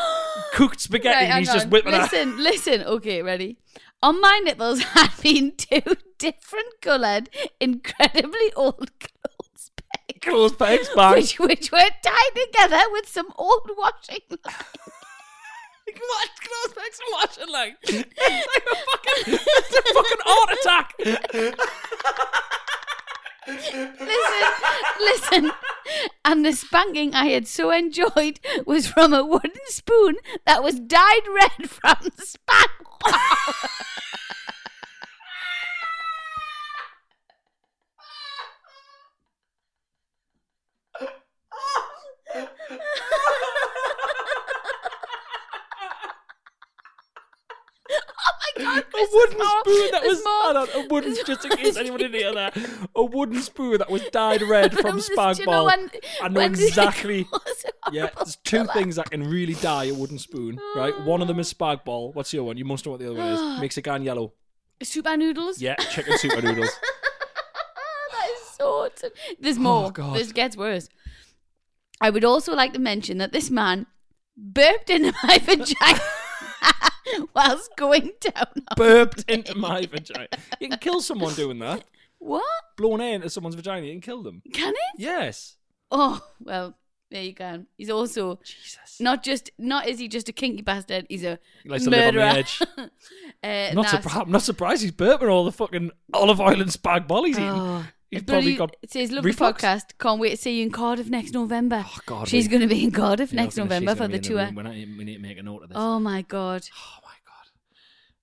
S2: cooked spaghetti,
S1: Right,
S2: and he's
S1: hang
S2: just
S1: on.
S2: whipping her.
S1: Listen, listen. Okay, ready? On my nipples (laughs) had been two different coloured, incredibly old clothes pegs.
S2: Clothes pegs, bang. (laughs)
S1: which which were tied together with some old washing line.
S2: What clothes pegs and washing line? It's like (laughs) a (laughs) fucking, it's a fucking heart (laughs) attack.
S1: Listen, listen. And the spanking I had so enjoyed was from a wooden spoon that was dyed red from the
S2: (laughs)
S1: spank. bar. Oh
S2: A wooden
S1: more,
S2: spoon that
S1: there's
S2: was
S1: more.
S2: hold on, a wooden
S1: There's
S2: just in
S1: more.
S2: case anyone didn't hear that. A wooden spoon that was dyed red
S1: I'm
S2: (laughs) from
S1: just- do
S2: Spag
S1: you know
S2: Bol.
S1: when-
S2: I know
S1: when did it
S2: (laughs)
S1: (laughs)
S2: exactly.
S1: cause
S2: Yeah,
S1: horrible
S2: there's two things that can really dye a wooden spoon, right? One of them is Spag Bol. What's the other one? You must know what the other one (sighs) is. Makes it gone yellow.
S1: Soup and noodles? Ah,
S2: Yeah, chicken super (laughs) noodles.
S1: that is so. T- There's more.
S2: Oh God.
S1: This gets worse. I would also like to mention that this man burped (laughs) into my vagina (laughs) whilst going down. on-
S2: Burped into my vagina. You can kill someone doing that.
S1: What?
S2: Blown air into someone's vagina, you can kill them.
S1: Can it?
S2: Yes.
S1: Oh well, there you go. He's also
S2: Jesus.
S1: not just not is he just a kinky bastard? He's a
S2: He likes to live on the
S1: murderer. (laughs)
S2: edge.
S1: Uh,
S2: Not
S1: that's-
S2: surprised. I'm not surprised he's burping all the fucking olive oil and spag bol he's eating.
S1: Oh,
S2: he's
S1: bloody-
S2: probably got.
S1: It says, lovely
S2: reflux."
S1: podcast. Can't wait to see you in Cardiff next November.
S2: Oh, God,
S1: She's
S2: we-
S1: going to be in Cardiff
S2: Yeah, I
S1: next
S2: was gonna- she's
S1: November for
S2: gonna
S1: the
S2: be in
S1: tour.
S2: room. We need, we need to make a note of this.
S1: Oh my god.
S2: Oh, my god,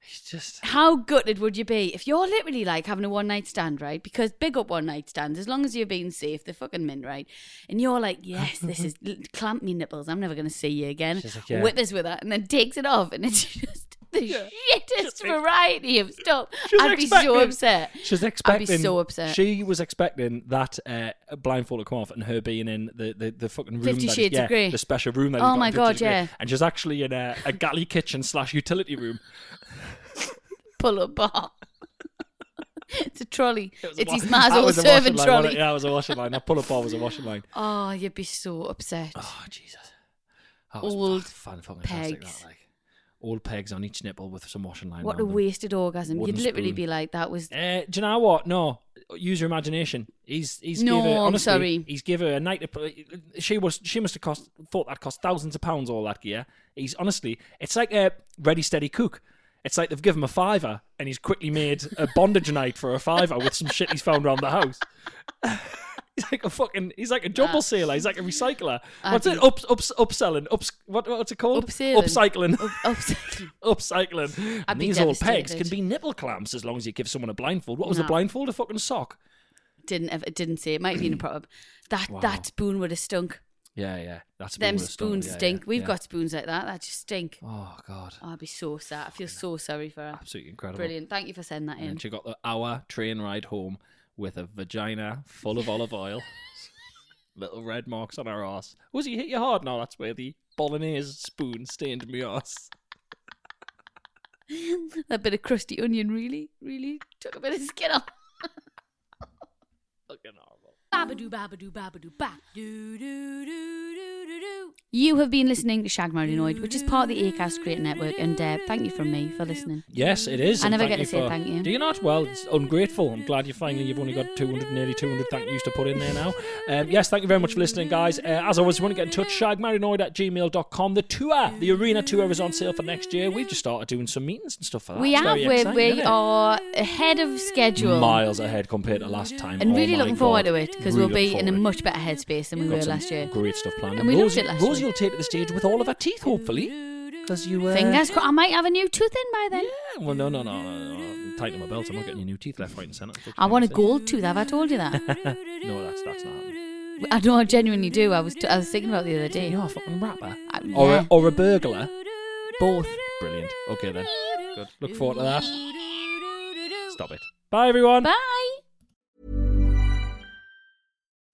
S2: he's just.
S1: How gutted would you be if you're literally like having a one night stand, right? Because big up one night stands, as long as you're being safe, they're fucking mint, right? And you're like, yes, this
S2: (laughs)
S1: is l- clamp me nipples. I'm never going to see you again.
S2: She's like, yeah.
S1: Whippers with her, and then takes it off, and it's (laughs) just the shittest
S2: She's ex-
S1: variety of stuff.
S2: She's
S1: I'd be so
S2: expecting-
S1: upset.
S2: She's expecting.
S1: I'd be so upset.
S2: She was expecting that uh, blindfold to come off and her being in the, the, the fucking room.
S1: Fifty
S2: that he's-
S1: Shades
S2: yeah,
S1: of Grey.
S2: The special room that. he's
S1: Oh
S2: got in
S1: my
S2: Fifty
S1: God,
S2: Shades of Grey.
S1: yeah.
S2: And she's actually in a, a galley kitchen slash utility room.
S1: Pull up bar. it's a trolley.
S2: It was a
S1: It's
S2: wa-
S1: his ma's
S2: that
S1: old
S2: was a washing
S1: servant
S2: line, wasn't it?
S1: trolley.
S2: Yeah, it was a washing line. That pull-up bar was a washing line.
S1: Oh, you'd be so upset.
S2: Oh Jesus! That was
S1: Old
S2: fun, fun, fantastic,
S1: pegs.
S2: That, like old pegs on each nipple with some washing line.
S1: What a
S2: round them.
S1: wasted orgasm.
S2: Wooden
S1: You'd literally
S2: spoon.
S1: be like, that was
S2: Uh, do you know what? No, use your imagination. He's he's
S1: No,
S2: give her,
S1: I'm
S2: honestly,
S1: sorry.
S2: He's give her a night. She was she must have cost thought that cost thousands of pounds all that gear. He's honestly, it's like a ready steady cook. It's like they've given him a fiver and he's quickly made a bondage (laughs) night for a fiver with some shit he's found around the house. (laughs) He's like a fucking. He's like a jumble sealer. He's like a recycler. What's it? Ups, ups, upselling. Ups. What, what's it called?
S1: Upselling. (laughs)
S2: Upcycling
S1: up- upset.
S2: upcycling.
S1: I'd
S2: And
S1: be
S2: these old pegs
S1: devastated.
S2: can be nipple clamps as long as you give someone a blindfold. What was
S1: No.
S2: the blindfold? A fucking sock.
S1: didn't ever, didn't say it might have
S2: (clears throat)
S1: been a problem. That that spoon would have stunk.
S2: Yeah, yeah. That's
S1: Them spoons stink. We've got spoons like that that just stink.
S2: Oh god,
S1: Oh, I'd be so sad. I feel so sorry for her.
S2: absolutely incredible.
S1: Brilliant. Thank you for sending that
S2: And then
S1: in.
S2: she got the hour train ride home with a vagina full of
S1: (laughs)
S2: olive oil, (laughs) little red marks on her ass. Was he hit you hard? No, that's where the bolognese spoon stained me ass.
S1: (laughs) That bit of crusty onion really, really took a bit of skin off. (laughs)
S2: Fucking horrible.
S1: Babadoo, babadoo, babadoo, ba. Doo, doo, doo, doo, doo, doo. You have been listening to Shag Marinoid, which is part of the Acast Great Network, and uh, thank you from me for listening.
S2: Yes, it is.
S1: I
S2: and
S1: never
S2: thank
S1: get to
S2: you
S1: say
S2: for-
S1: thank you.
S2: Do you not? Well, it's ungrateful. I'm glad you finally you've only got 200, nearly 200 thank yous to put in there now. Um, yes, thank you very much for listening, guys. Uh, as always, if you want to get in touch, shagmarinoid at gmail.com. The tour, the arena tour is on sale for next year. We've just started doing some meetings and stuff for that.
S1: We
S2: It's
S1: have,
S2: very
S1: we're,
S2: exciting,
S1: we
S2: isn't it?
S1: are ahead of schedule.
S2: miles ahead compared to last time.
S1: And
S2: Oh
S1: really
S2: my
S1: looking forward
S2: God.
S1: to it because
S2: Really
S1: we'll be
S2: looking
S1: in a
S2: forward.
S1: much better headspace than we
S2: Got
S1: were
S2: some
S1: last year.
S2: Great stuff planned.
S1: And we loved
S2: Rosie,
S1: it last
S2: Rosie
S1: year.
S2: will take to the stage with all of her teeth, hopefully. Because you uh,
S1: Fingers crossed. I might have a new tooth in by then.
S2: Yeah, well, no, no, no, no, no. Tighten my belt. I'm not getting your new teeth left, right, and centre.
S1: I want a gold tooth. Have I told you that? (laughs)
S2: (laughs) no, that's that's not. happening.
S1: I know. I genuinely do. I was t- I was thinking about it the other day.
S2: You're a fucking rapper,
S1: I-
S2: or
S1: yeah.
S2: a, or a burglar.
S1: Both.
S2: Brilliant. Okay then. Good. Look forward to that. Stop it. Bye everyone.
S1: Bye.